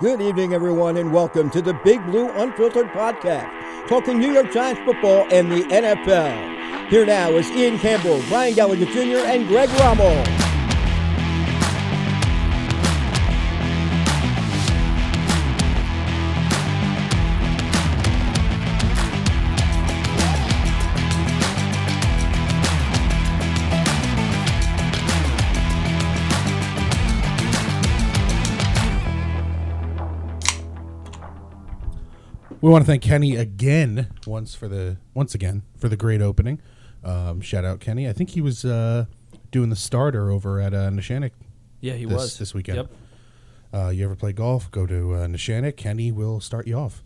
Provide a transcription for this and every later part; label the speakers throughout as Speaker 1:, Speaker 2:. Speaker 1: Good evening, everyone, and welcome to the Big Blue Unfiltered Podcast, talking New York Giants football and the NFL. Here now is Ian Campbell, Brian Gallagher Jr., and Greg Rommel.
Speaker 2: We want to thank Kenny again, once for the once again for the great opening. Um, shout out Kenny. I think he was uh, doing the starter over at uh, Nishanik.
Speaker 3: Yeah, he
Speaker 2: this,
Speaker 3: was
Speaker 2: this weekend.
Speaker 3: Yep.
Speaker 2: Uh, you ever play golf? Go to uh, Nishanik. Kenny will start you off.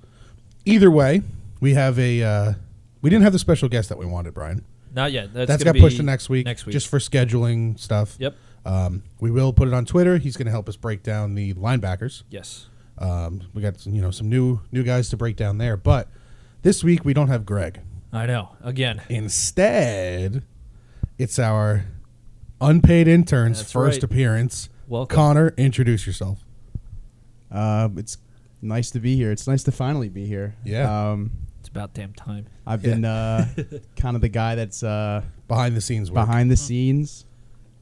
Speaker 2: Either way, we have a uh, we didn't have the special guest that we wanted, Brian.
Speaker 3: Not yet. That's,
Speaker 2: That's
Speaker 3: gonna
Speaker 2: got pushed
Speaker 3: be
Speaker 2: to next week.
Speaker 3: Next week.
Speaker 2: just for scheduling stuff.
Speaker 3: Yep.
Speaker 2: Um, we will put it on Twitter. He's going to help us break down the linebackers.
Speaker 3: yes.
Speaker 2: Um, we got you know some new new guys to break down there, but this week we don't have Greg.
Speaker 3: I know. Again.
Speaker 2: Instead, it's our unpaid intern's
Speaker 3: That's
Speaker 2: first
Speaker 3: right.
Speaker 2: appearance.
Speaker 3: Welcome.
Speaker 2: Connor, introduce yourself.
Speaker 4: Uh, it's nice to be here. It's nice to finally be here.
Speaker 2: Yeah.
Speaker 4: Um,
Speaker 3: It's about damn time.
Speaker 4: I've been uh, kind of the guy that's uh,
Speaker 2: Behind the scenes work.
Speaker 4: behind the scenes.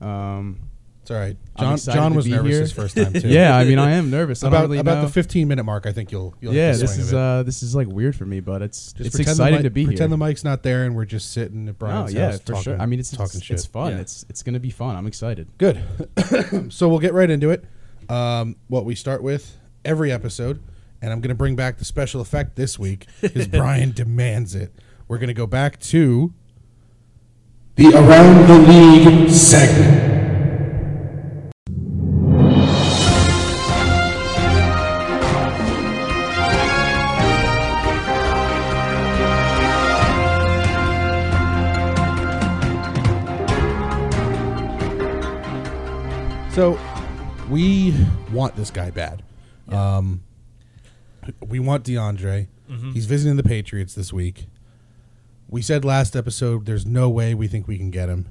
Speaker 4: Um,
Speaker 2: It's all right.
Speaker 4: I'm
Speaker 2: John,
Speaker 4: excited
Speaker 2: John
Speaker 4: to
Speaker 2: was
Speaker 4: be
Speaker 2: nervous
Speaker 4: here.
Speaker 2: his first time too.
Speaker 4: yeah, I mean, I am nervous. I
Speaker 2: About
Speaker 4: don't really
Speaker 2: about
Speaker 4: know.
Speaker 2: the 15 minute mark, I think you'll you'll
Speaker 4: yeah,
Speaker 2: hit the
Speaker 4: this
Speaker 2: swing
Speaker 4: is
Speaker 2: of it.
Speaker 4: uh, this is like weird for me, but it's
Speaker 2: Just
Speaker 4: it's
Speaker 2: pretend the
Speaker 4: exciting
Speaker 2: mic-
Speaker 4: to be
Speaker 2: Pretend
Speaker 4: here.
Speaker 2: the mic's not there, and we're just sitting at
Speaker 4: no,
Speaker 2: Brian's
Speaker 4: yeah,
Speaker 2: house
Speaker 4: for
Speaker 2: talking.
Speaker 4: sure. I mean, it's it's,
Speaker 2: talking
Speaker 4: it's,
Speaker 2: shit.
Speaker 4: fun.
Speaker 3: Yeah.
Speaker 4: It's it's gonna be fun. I'm excited.
Speaker 2: Good. so we'll get right into it. Um, what we start with every episode, and I'm going to bring back the special effect this week because Brian demands it. We're going to go back to the Around the League segment. So we want this guy bad. Um, we want DeAndre. He's visiting the Patriots this week. We said last episode there's no way we think we can get him.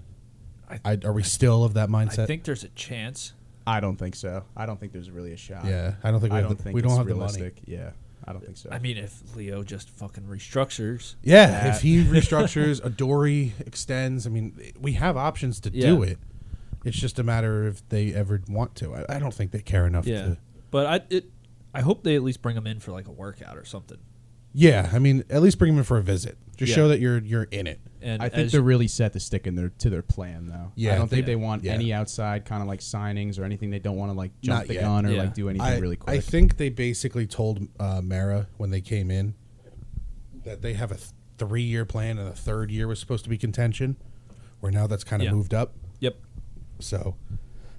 Speaker 2: I, are we still of that mindset?
Speaker 3: I think there's a chance.
Speaker 4: I don't think so. I don't think there's really a shot.
Speaker 2: Yeah, I don't think we
Speaker 4: I
Speaker 2: have
Speaker 4: don't
Speaker 2: the,
Speaker 4: think
Speaker 2: we don't
Speaker 4: it's
Speaker 2: have the money.
Speaker 4: realistic. Yeah, I don't think so.
Speaker 3: I mean, if Leo just fucking restructures,
Speaker 2: Yeah,
Speaker 4: That-
Speaker 2: if he restructures, Adori extends. I mean, we have options to do
Speaker 3: Yeah.
Speaker 2: it. It's just a matter if they ever want to. I, I don't think they care enough
Speaker 3: yeah.
Speaker 2: to.
Speaker 3: But I it, I hope they at least bring him in for like a workout or something.
Speaker 2: Yeah, I mean, at least bring him in for a visit. Just
Speaker 3: Yeah.
Speaker 2: show that you're you're in it.
Speaker 3: And
Speaker 4: I think
Speaker 3: as-
Speaker 4: they're really set to stick in their to their plan though.
Speaker 2: Yeah,
Speaker 4: I don't think
Speaker 2: yeah,
Speaker 4: they want
Speaker 2: yeah.
Speaker 4: any outside kind of like signings or anything. They don't want to like jump
Speaker 2: Not
Speaker 4: the
Speaker 2: yet.
Speaker 4: gun or
Speaker 3: Yeah.
Speaker 4: like do anything
Speaker 2: I,
Speaker 4: really quick.
Speaker 2: I think they basically told uh, Mara when they came in that they have a th- three year plan, and the third year was supposed to be contention. Where now that's kind of
Speaker 3: Yeah.
Speaker 2: moved up.
Speaker 3: Yep.
Speaker 2: So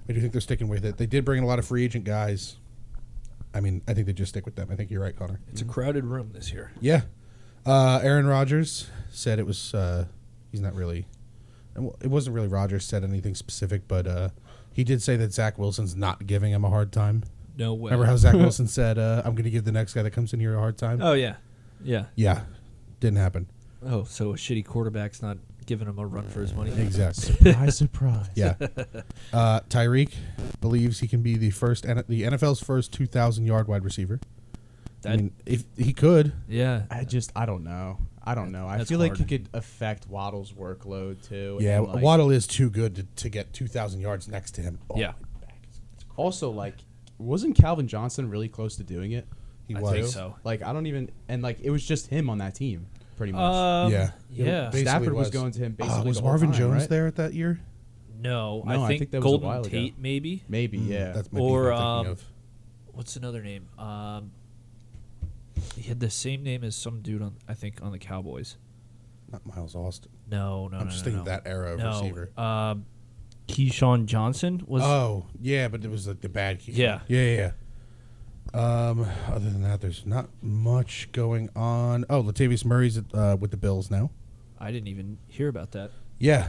Speaker 2: I do think they're sticking with it. They did bring in a lot of free agent guys. I mean, I think they just stick with them. I think you're right, Connor.
Speaker 3: It's a crowded room this year.
Speaker 2: Yeah. Uh, Aaron Rodgers said it was, uh, he's not really, and w- it wasn't really Rodgers said anything specific, but uh, he did say that Zach Wilson's not giving him a hard time.
Speaker 3: No way.
Speaker 2: Remember how Zach Wilson said, uh, I'm going to give the next guy that comes in here a hard time?
Speaker 3: Oh yeah. Yeah.
Speaker 2: Yeah. Didn't happen.
Speaker 3: Oh, so a shitty quarterback's not giving him a run for his money.
Speaker 2: Exactly.
Speaker 4: surprise, surprise.
Speaker 2: Yeah. Uh, Tyreek believes he can be the first, N- the NFL's first 2,000 yard wide receiver. I
Speaker 3: That-
Speaker 2: mean, if he could,
Speaker 3: yeah.
Speaker 4: I just I don't know. I don't know. I
Speaker 3: That's
Speaker 4: feel like he
Speaker 3: hard.
Speaker 4: could affect Waddle's workload too.
Speaker 2: yeah,
Speaker 4: and, like,
Speaker 2: Waddle is too good to, to get 2,000 yards next to him. Oh,
Speaker 3: Yeah.
Speaker 4: Also, like, wasn't Calvin Johnson really close to doing it?
Speaker 2: he
Speaker 3: I
Speaker 2: was.
Speaker 3: think so.
Speaker 4: Like, I don't even. And like, it was just him on that team, pretty much.
Speaker 3: Um,
Speaker 2: yeah.
Speaker 3: Yeah.
Speaker 2: Basically
Speaker 4: Stafford was
Speaker 2: was.
Speaker 4: going to him.
Speaker 2: Uh,
Speaker 4: Basically,
Speaker 2: was
Speaker 4: the whole
Speaker 2: Marvin
Speaker 4: time,
Speaker 2: Jones
Speaker 4: right?
Speaker 2: there at that year?
Speaker 3: No,
Speaker 4: No,
Speaker 3: I
Speaker 4: I
Speaker 3: think,
Speaker 4: think that was a
Speaker 3: Golden
Speaker 4: while ago.
Speaker 3: Tate maybe.
Speaker 4: Maybe, yeah.
Speaker 2: mm, That's my
Speaker 3: Or,
Speaker 2: I'm thinking
Speaker 3: um,
Speaker 2: of.
Speaker 3: what's another name? Um, he had the same name as some dude on I think on the Cowboys.
Speaker 2: Not Miles Austin.
Speaker 3: No, no,
Speaker 2: I'm
Speaker 3: no,
Speaker 2: just
Speaker 3: no,
Speaker 2: thinking
Speaker 3: no.
Speaker 2: that era of
Speaker 3: no.
Speaker 2: receiver.
Speaker 3: Um, Keyshawn Johnson was.
Speaker 2: Oh, yeah, but it was like the bad key.
Speaker 3: Yeah.
Speaker 2: Yeah, yeah, yeah. Um, other than that, there's not much going on. Oh, Latavius Murray's uh, with the Bills now.
Speaker 3: I didn't even hear about that.
Speaker 2: Yeah.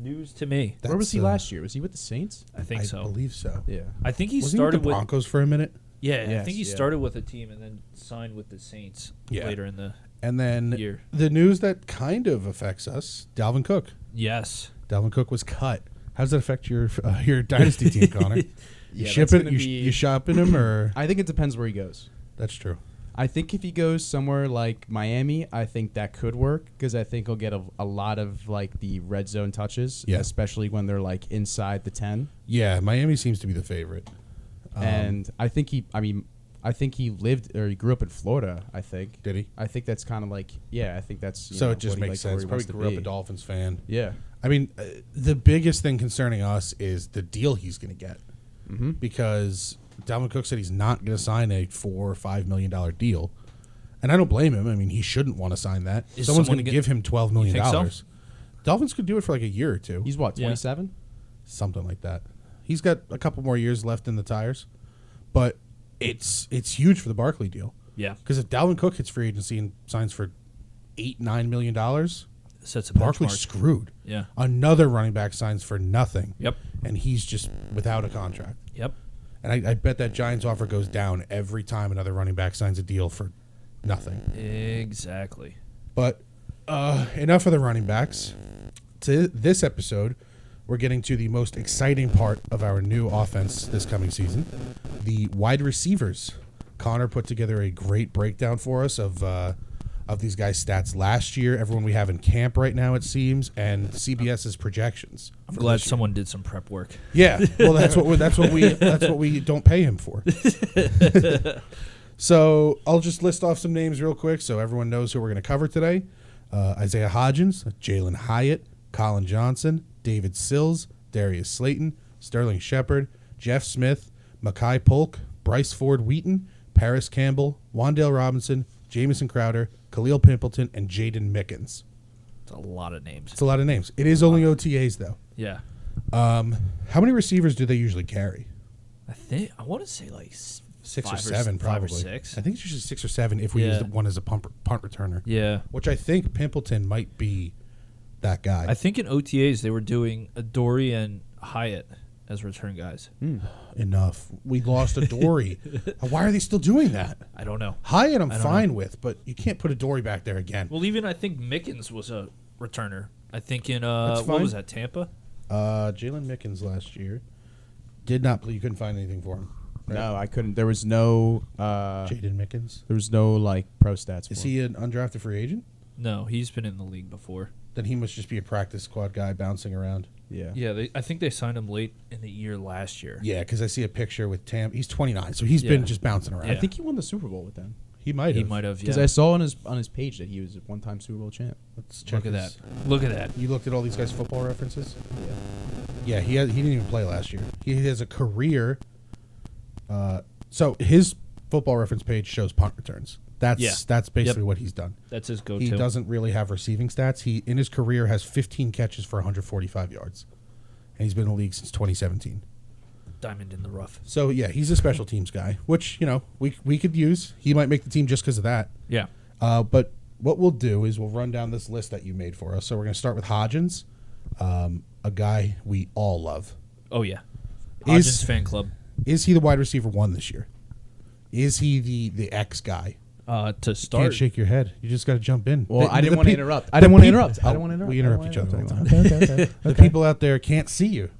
Speaker 3: News to me.
Speaker 2: that's,
Speaker 4: Where was he
Speaker 2: uh,
Speaker 4: last year? Was he with the Saints?
Speaker 3: I think
Speaker 2: I
Speaker 3: so.
Speaker 2: believe so.
Speaker 4: Yeah.
Speaker 3: I think he
Speaker 2: was
Speaker 3: started
Speaker 2: he with the Broncos for a minute?
Speaker 3: yeah. I
Speaker 4: Yes,
Speaker 3: think he
Speaker 4: yeah.
Speaker 3: started with a team and then signed with the Saints
Speaker 2: Yeah.
Speaker 3: later in the.
Speaker 2: And then
Speaker 3: Year.
Speaker 2: the news that kind of affects us, Dalvin Cook.
Speaker 3: Yes.
Speaker 2: Dalvin Cook was cut. How does that affect your uh, your dynasty team, Connor? You
Speaker 4: Yeah, that's
Speaker 2: shipping?
Speaker 4: gonna
Speaker 2: You, sh
Speaker 4: be-
Speaker 2: you shopping him or?
Speaker 4: I think it depends where he goes.
Speaker 2: That's true.
Speaker 4: I think if he goes somewhere like Miami, I think that could work because I think he'll get a, a lot of like the red zone touches,
Speaker 2: Yeah.
Speaker 4: especially when they're like inside the ten.
Speaker 2: Yeah, Miami seems to be the favorite. Um,
Speaker 4: and I think he, I mean, I think he lived or he grew up in Florida. I think
Speaker 2: Did he?
Speaker 4: I think that's kind of like yeah. I think that's you
Speaker 2: so
Speaker 4: know,
Speaker 2: it just
Speaker 4: what he
Speaker 2: makes
Speaker 4: like- where
Speaker 2: sense.
Speaker 4: he
Speaker 2: Probably
Speaker 4: wants to
Speaker 2: grew up
Speaker 4: be.
Speaker 2: a Dolphins fan.
Speaker 4: Yeah,
Speaker 2: I mean, uh, the biggest thing concerning us is the deal he's going to get
Speaker 3: Mm-hmm.
Speaker 2: because Dalvin Cook said he's not going to sign a four or five million dollar deal, and I don't blame him. I mean, he shouldn't want to sign that.
Speaker 3: Is
Speaker 2: Someone's
Speaker 3: someone
Speaker 2: going to
Speaker 3: get-
Speaker 2: give him twelve million
Speaker 3: You think so?
Speaker 2: dollars. Dolphins could do it for like a year or two,
Speaker 4: he's what
Speaker 3: Yeah.
Speaker 4: twenty seven.
Speaker 2: something like that. He's got a couple more years left in the tires, but it's it's huge for the Barkley deal
Speaker 3: Yeah,
Speaker 2: because if Dalvin Cook hits free agency and signs for eight nine million dollars,
Speaker 3: sets a
Speaker 2: Barkley's
Speaker 3: benchmark.
Speaker 2: screwed.
Speaker 3: Yeah.
Speaker 2: Another running back signs for nothing.
Speaker 3: Yep.
Speaker 2: And he's just without a contract.
Speaker 3: Yep.
Speaker 2: And I, I bet that Giants offer goes down every time another running back signs a deal for nothing.
Speaker 3: Exactly.
Speaker 2: But uh, enough of the running backs. To this episode, we're getting to the most exciting part of our new offense this coming season the wide receivers. Connor put together a great breakdown for us of. Uh, of these guys' stats last year, everyone we have in camp right now, it seems, and CBS's projections.
Speaker 3: I'm
Speaker 2: for
Speaker 3: glad
Speaker 2: this year.
Speaker 3: someone did some prep work.
Speaker 2: Yeah, well, that's what we, that's what we that's what we don't pay him for. so I'll just list off some names real quick, so everyone knows who we're going to cover today: uh, Isaiah Hodgins, Jalen Hyatt, Colin Johnson, David Sills, Darius Slayton, Sterling Shepard, Jeff Smith, Makai Polk, Bryce Ford Wheaton, Paris Campbell, Wandale Robinson, Jamison Crowder, Khalil Pimpleton, and Jaden Mickens.
Speaker 3: It's a lot of names.
Speaker 2: It's a lot of names. It is only OTAs though.
Speaker 3: Yeah.
Speaker 2: Um, how many receivers do they usually carry?
Speaker 3: I think I want to say like s-
Speaker 2: six or
Speaker 3: five s-
Speaker 2: seven,
Speaker 3: five
Speaker 2: probably.
Speaker 3: or six.
Speaker 2: I think it's usually six or seven if we
Speaker 3: Yeah.
Speaker 2: use the one as a pump, punt returner.
Speaker 3: Yeah.
Speaker 2: Which I think Pimpleton might be that guy.
Speaker 3: I think in OTAs they were doing Adori and Hyatt as return guys.
Speaker 2: Hmm. Enough. We lost a Dory. Uh, Why are they still doing that?
Speaker 3: I don't know.
Speaker 2: Hyatt, I'm
Speaker 3: I don't
Speaker 2: fine with, but you can't put a Dory back there again.
Speaker 3: Well, even I think Mickens was a returner. I think in uh,
Speaker 2: That's
Speaker 3: what was
Speaker 2: fine.
Speaker 3: that Tampa?
Speaker 2: Uh, Jalen Mickens last year did not play. You couldn't find anything for him.
Speaker 4: No, I couldn't. There was no. Uh,
Speaker 2: Jaden Mickens.
Speaker 4: there was no like pro stats.
Speaker 2: Is
Speaker 4: for him.
Speaker 2: he an undrafted free agent?
Speaker 3: No, he's been in the league before.
Speaker 2: Then he must just be a practice squad guy bouncing around.
Speaker 4: Yeah.
Speaker 3: Yeah, they, I think they signed him late in the year last year.
Speaker 2: Yeah, because I see a picture with Tam. He's 29, so he's
Speaker 3: Yeah.
Speaker 2: been just bouncing around.
Speaker 3: Yeah.
Speaker 4: I think he won the Super Bowl with them
Speaker 2: he might
Speaker 3: he
Speaker 2: have.
Speaker 3: might have.
Speaker 4: because
Speaker 3: Yeah.
Speaker 4: I saw on his on his page that he was a one time Super Bowl champ.
Speaker 2: Let's check
Speaker 3: Look at
Speaker 2: his-
Speaker 3: that. Look at that.
Speaker 2: You looked at all these guys' football references.
Speaker 4: Yeah.
Speaker 2: Yeah, he had, he didn't even play last year. He has a career. Uh, so his football reference page shows punt returns. That's
Speaker 3: Yeah.
Speaker 2: that's basically
Speaker 3: Yep.
Speaker 2: what he's done.
Speaker 3: That's his go-to.
Speaker 2: He doesn't really have receiving stats. He in his career has 15 catches for 145 yards, and he's been in the league since 2017.
Speaker 3: diamond in the rough.
Speaker 2: So yeah, he's a special teams guy, which you know we we could use. He might make the team just because of that.
Speaker 3: Yeah.
Speaker 2: Uh, but what we'll do is we'll run down this list that you made for us. So we're going to start with Hodgins, um, a guy we all love.
Speaker 3: Oh yeah. Hodgins
Speaker 2: Is-
Speaker 3: fan club.
Speaker 2: Is he the wide receiver one this year? Is he the the X guy?
Speaker 3: Uh, to
Speaker 2: Can't
Speaker 3: start.
Speaker 2: shake your head. You just got to jump in.
Speaker 4: Well,
Speaker 2: The-
Speaker 4: I
Speaker 2: the
Speaker 4: didn't want to
Speaker 2: peop-
Speaker 4: interrupt.
Speaker 2: the
Speaker 4: I didn't want to
Speaker 2: peop-
Speaker 4: interrupt. I
Speaker 2: Oh,
Speaker 4: don't want to interrupt.
Speaker 2: We
Speaker 4: I don't
Speaker 2: interrupt
Speaker 4: wanna
Speaker 2: each other all the time.
Speaker 4: interrupt. Okay, okay, okay.
Speaker 2: The people out there can't see you.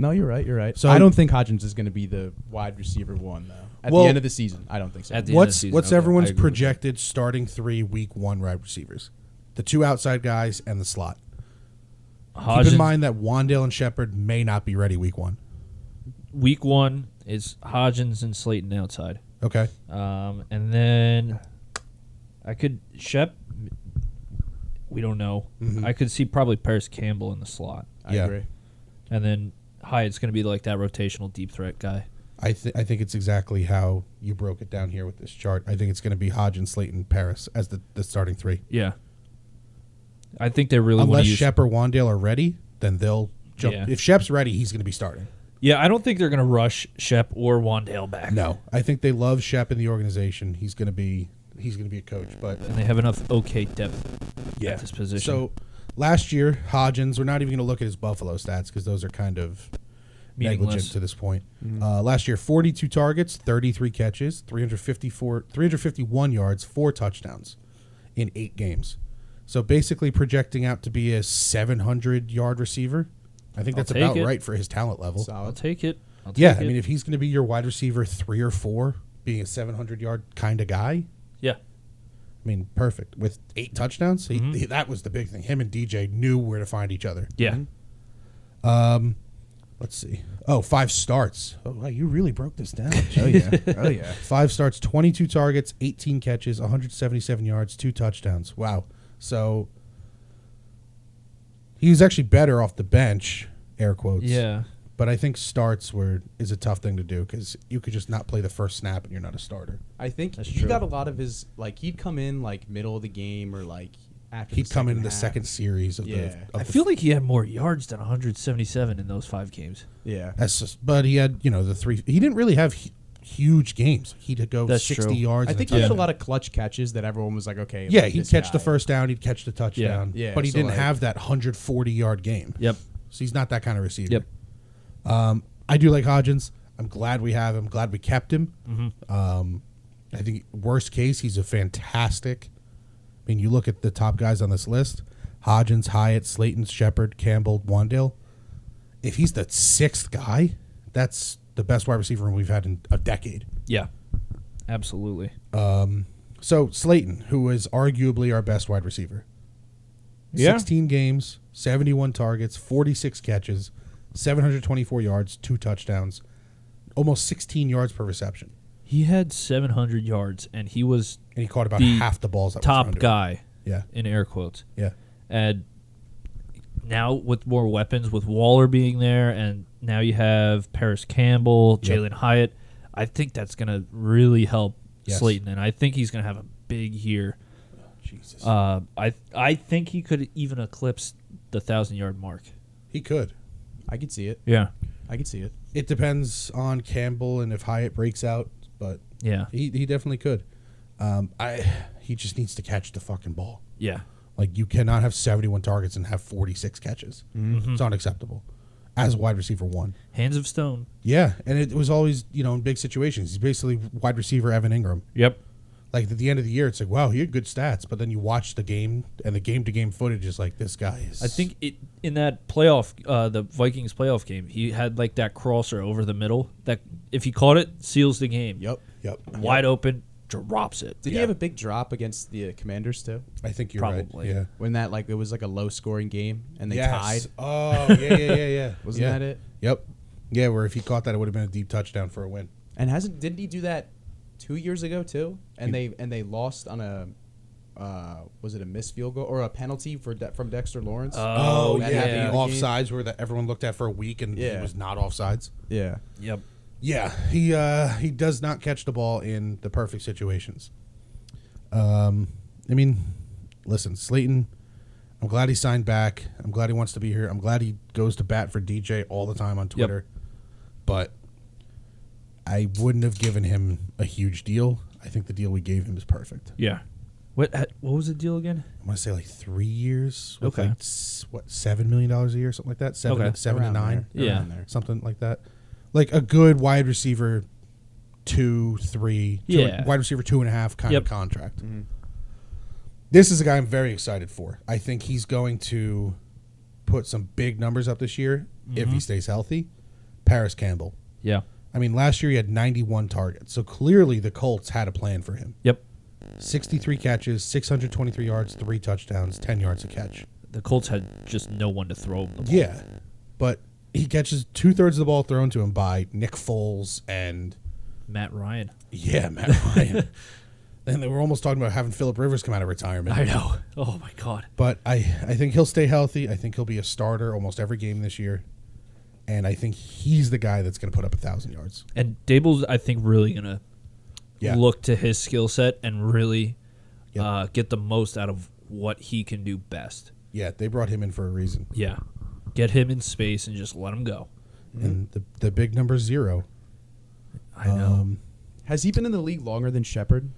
Speaker 4: No, you're right. You're right.
Speaker 2: So-
Speaker 4: So I don't think Hodgins is going to be the wide receiver one though. At
Speaker 2: Well-
Speaker 4: the end of the season, I don't think so.
Speaker 3: At the end of
Speaker 2: What's
Speaker 3: season,
Speaker 2: what's
Speaker 3: okay.
Speaker 2: everyone's
Speaker 3: I agree with that.
Speaker 2: projected starting three week one wide receivers? The two outside guys and the slot.
Speaker 3: Hodgins,
Speaker 2: Keep in mind that Wandale and Shepard may not be ready week one.
Speaker 3: week one is Hodgins and Slayton outside.
Speaker 2: Okay.
Speaker 3: Um, and then I could Shep. We don't know. I could see probably Paris Campbell in the slot,
Speaker 4: I
Speaker 2: Mm-hmm. Yeah.
Speaker 4: agree.
Speaker 3: and then Hyatt's going to be like that rotational deep threat guy.
Speaker 2: I, th- I think it's exactly how you broke it down here with this chart. I think it's going to be Hodgins, Slayton, Paris as the, the starting three.
Speaker 3: Yeah. I think they really want
Speaker 2: Unless
Speaker 3: to use.
Speaker 2: Shep or Wandale are ready, then they'll jump.
Speaker 3: Yeah.
Speaker 2: If Shep's ready, he's going to be starting.
Speaker 3: yeah, I don't think they're going to rush Shep or Wandale back.
Speaker 2: No, I think they love Shep in the organization. He's going to be he's going to be a coach. But
Speaker 3: And they have enough okay depth
Speaker 2: yeah,
Speaker 3: at this position.
Speaker 2: So last year, Hodgins. We're not even going to look at his Buffalo stats because those are kind of negligent
Speaker 3: meaningless.
Speaker 2: to this point.
Speaker 3: Mm-hmm.
Speaker 2: Uh, last year, 42 targets, 33 catches, 354, 351 yards, four touchdowns in eight games. So basically, projecting out to be a 700 yard receiver. I think
Speaker 3: I'll
Speaker 2: that's
Speaker 3: take
Speaker 2: about
Speaker 3: it.
Speaker 2: right for his talent level.
Speaker 3: I'll
Speaker 4: Solid.
Speaker 3: take it. I'll
Speaker 2: Yeah,
Speaker 3: take
Speaker 2: I
Speaker 3: it.
Speaker 2: mean, if he's going to be your wide receiver three or four, being a 700 yard kind of guy,
Speaker 3: yeah.
Speaker 2: I mean, perfect. With eight touchdowns, he, he- that was the big thing. Him and DJ knew where to find each other.
Speaker 3: Mm-hmm. Yeah.
Speaker 2: Mm-hmm. Let's see. Oh, five starts. Oh, wow, you really broke this down. oh, yeah.
Speaker 4: Oh yeah.
Speaker 2: Five starts, 22 targets, 18 catches, 177 yards, two touchdowns. Wow. So he was actually better off the bench, air quotes.
Speaker 3: Yeah.
Speaker 2: But I think starts were is a tough thing to do because you could just not play the first snap and you're not a starter.
Speaker 4: I think
Speaker 3: That's
Speaker 4: he
Speaker 3: true.
Speaker 4: got a lot of his like he'd come in like middle of the game or like after
Speaker 2: He'd
Speaker 4: the
Speaker 2: come into
Speaker 4: second
Speaker 2: the
Speaker 4: half.
Speaker 2: second series of the.
Speaker 4: Yeah.
Speaker 2: Of
Speaker 3: I
Speaker 2: the-
Speaker 3: feel like he had more yards than 177 in those five games.
Speaker 4: Yeah.
Speaker 2: that's just- but he had you know the three. He didn't really have hu- huge games. He'd go
Speaker 3: That's
Speaker 2: 60
Speaker 3: true.
Speaker 2: yards.
Speaker 4: I
Speaker 2: and
Speaker 4: think
Speaker 2: a
Speaker 4: he had a
Speaker 2: touchdown.
Speaker 4: lot of clutch catches that everyone was like, okay.
Speaker 2: Yeah,
Speaker 4: like,
Speaker 2: he'd
Speaker 4: this
Speaker 2: catch the
Speaker 4: guy.
Speaker 2: first down. He'd catch the touchdown.
Speaker 4: Yeah,
Speaker 2: but he
Speaker 4: so,
Speaker 2: didn't
Speaker 4: like-
Speaker 2: have that 140 yard game.
Speaker 3: Yep.
Speaker 2: So he's not that kind of receiver.
Speaker 3: Yep.
Speaker 2: I do like Hodgins. I'm glad we have him. Glad we kept him. Um, I think worst case, he's a fantastic. I mean, you look at the top guys on this list: Hodgins, Hyatt, Slayton, Shepard, Campbell, Wandale. If he's the sixth guy, that's the best wide receiver room we've had in a decade.
Speaker 3: Yeah. Absolutely.
Speaker 2: So Slayton, who is arguably our best wide receiver,
Speaker 3: Yeah.
Speaker 2: 16 games, 71 targets, 46 catches, 724 yards, two touchdowns, almost 16 yards per reception.
Speaker 3: He had 700 yards and he was
Speaker 2: And he caught about
Speaker 3: The
Speaker 2: half the balls that were thrown
Speaker 3: top
Speaker 2: to him.
Speaker 3: guy
Speaker 2: Yeah.
Speaker 3: in air quotes.
Speaker 2: Yeah.
Speaker 3: And now with more weapons, with Waller being there, and now you have Paris Campbell,
Speaker 2: Yep.
Speaker 3: Jalen Hyatt, I think that's going to really help
Speaker 2: Yes.
Speaker 3: Slayton, and I think he's going to have a big year.
Speaker 2: Jesus.
Speaker 3: Uh, I I think he could even eclipse the thousand yard mark.
Speaker 2: he could.
Speaker 4: I could see it.
Speaker 3: Yeah,
Speaker 4: I could see it.
Speaker 2: It depends on Campbell and if Hyatt breaks out, but
Speaker 3: yeah,
Speaker 2: he, he definitely could. Um, I he just needs to catch the fucking ball.
Speaker 3: yeah,
Speaker 2: Like you cannot have 71 targets and have 46 catches.
Speaker 4: Mm-hmm.
Speaker 2: It's unacceptable. As a wide receiver one.
Speaker 3: hands of stone.
Speaker 2: Yeah, and it was always you know in big situations. He's basically wide receiver Evan Ingram.
Speaker 3: Yep.
Speaker 2: Like at the end of the year, it's like wow, he had good stats, but then you watch the game and the game to game footage is like this guy is.
Speaker 3: I think it in that playoff, uh, the Vikings playoff game, he had like that crosser over the middle that if he caught it, seals the game.
Speaker 4: Yep.
Speaker 2: Yep.
Speaker 3: Wide open, drops it.
Speaker 4: Did he have a big drop against the uh, Commanders too?
Speaker 2: I think you're
Speaker 3: Probably.
Speaker 2: right. Yeah.
Speaker 4: When that like it was like a low scoring game and they tied.
Speaker 2: Oh yeah yeah yeah yeah.
Speaker 4: Wasn't
Speaker 2: Yeah.
Speaker 4: that it?
Speaker 2: Yep. Yeah, where if he caught that, it would have been a deep touchdown for a win.
Speaker 4: And hasn't didn't he do that two years ago too? And they and they lost on a uh, was it a missed field goal or a penalty for De- from Dexter Lawrence?
Speaker 3: Oh,
Speaker 4: That
Speaker 2: yeah.
Speaker 3: yeah.
Speaker 4: happened
Speaker 2: The
Speaker 4: in the game.
Speaker 2: offsides where that everyone looked at for a week and it
Speaker 4: Yeah.
Speaker 2: was not offsides.
Speaker 4: Yeah.
Speaker 3: Yep.
Speaker 2: Yeah, he uh, he does not catch the ball in the perfect situations. Um, I mean, listen, Slayton. I'm glad he signed back. I'm glad he wants to be here. I'm glad he goes to bat for DJ all the time on Twitter. But I wouldn't have given him a huge deal. I think the deal we gave him is perfect.
Speaker 3: Yeah. What uh, what was the deal again?
Speaker 2: I want to say like three years. With
Speaker 3: Okay.
Speaker 2: Like, s- what seven million dollars a year, something like that. Seven,
Speaker 3: Okay.
Speaker 2: seven to
Speaker 4: Around
Speaker 2: nine
Speaker 4: there,
Speaker 3: Yeah.
Speaker 4: around there.
Speaker 2: something like that. Like a good wide receiver, two, three, two-
Speaker 3: Yeah.
Speaker 2: wide receiver two and a half kind
Speaker 3: Yep.
Speaker 2: of contract.
Speaker 4: Mm-hmm.
Speaker 2: This is a guy I'm very excited for. I think he's going to put some big numbers up this year if
Speaker 3: Mm-hmm.
Speaker 2: he stays healthy. Paris Campbell.
Speaker 3: Yeah.
Speaker 2: I mean, last year he had 91 targets, so clearly the Colts had a plan for him.
Speaker 3: Yep.
Speaker 2: 63 catches, 623 yards, three touchdowns, 10 yards a catch.
Speaker 3: The Colts had just no one to throw the ball.
Speaker 2: Yeah, but he catches two thirds of the ball thrown to him by Nick Foles and
Speaker 3: Matt Ryan.
Speaker 2: yeah, Matt Ryan. and they were almost talking about having Philip Rivers come out of retirement.
Speaker 3: I know. Oh my god.
Speaker 2: But I, I think he'll stay healthy. I think he'll be a starter almost every game this year, and I think he's the guy that's going to put up a thousand yards.
Speaker 3: And Dable's I think really gonna
Speaker 2: Yeah.
Speaker 3: look to his skill set and really
Speaker 2: Yep.
Speaker 3: uh, get the most out of what he can do best.
Speaker 2: Yeah, they brought him in for a reason,
Speaker 3: Yeah. Get him in space and just let him go.
Speaker 2: and the the big number zero,
Speaker 3: I know.
Speaker 2: Um,
Speaker 4: Has he been in the league longer than Shepard?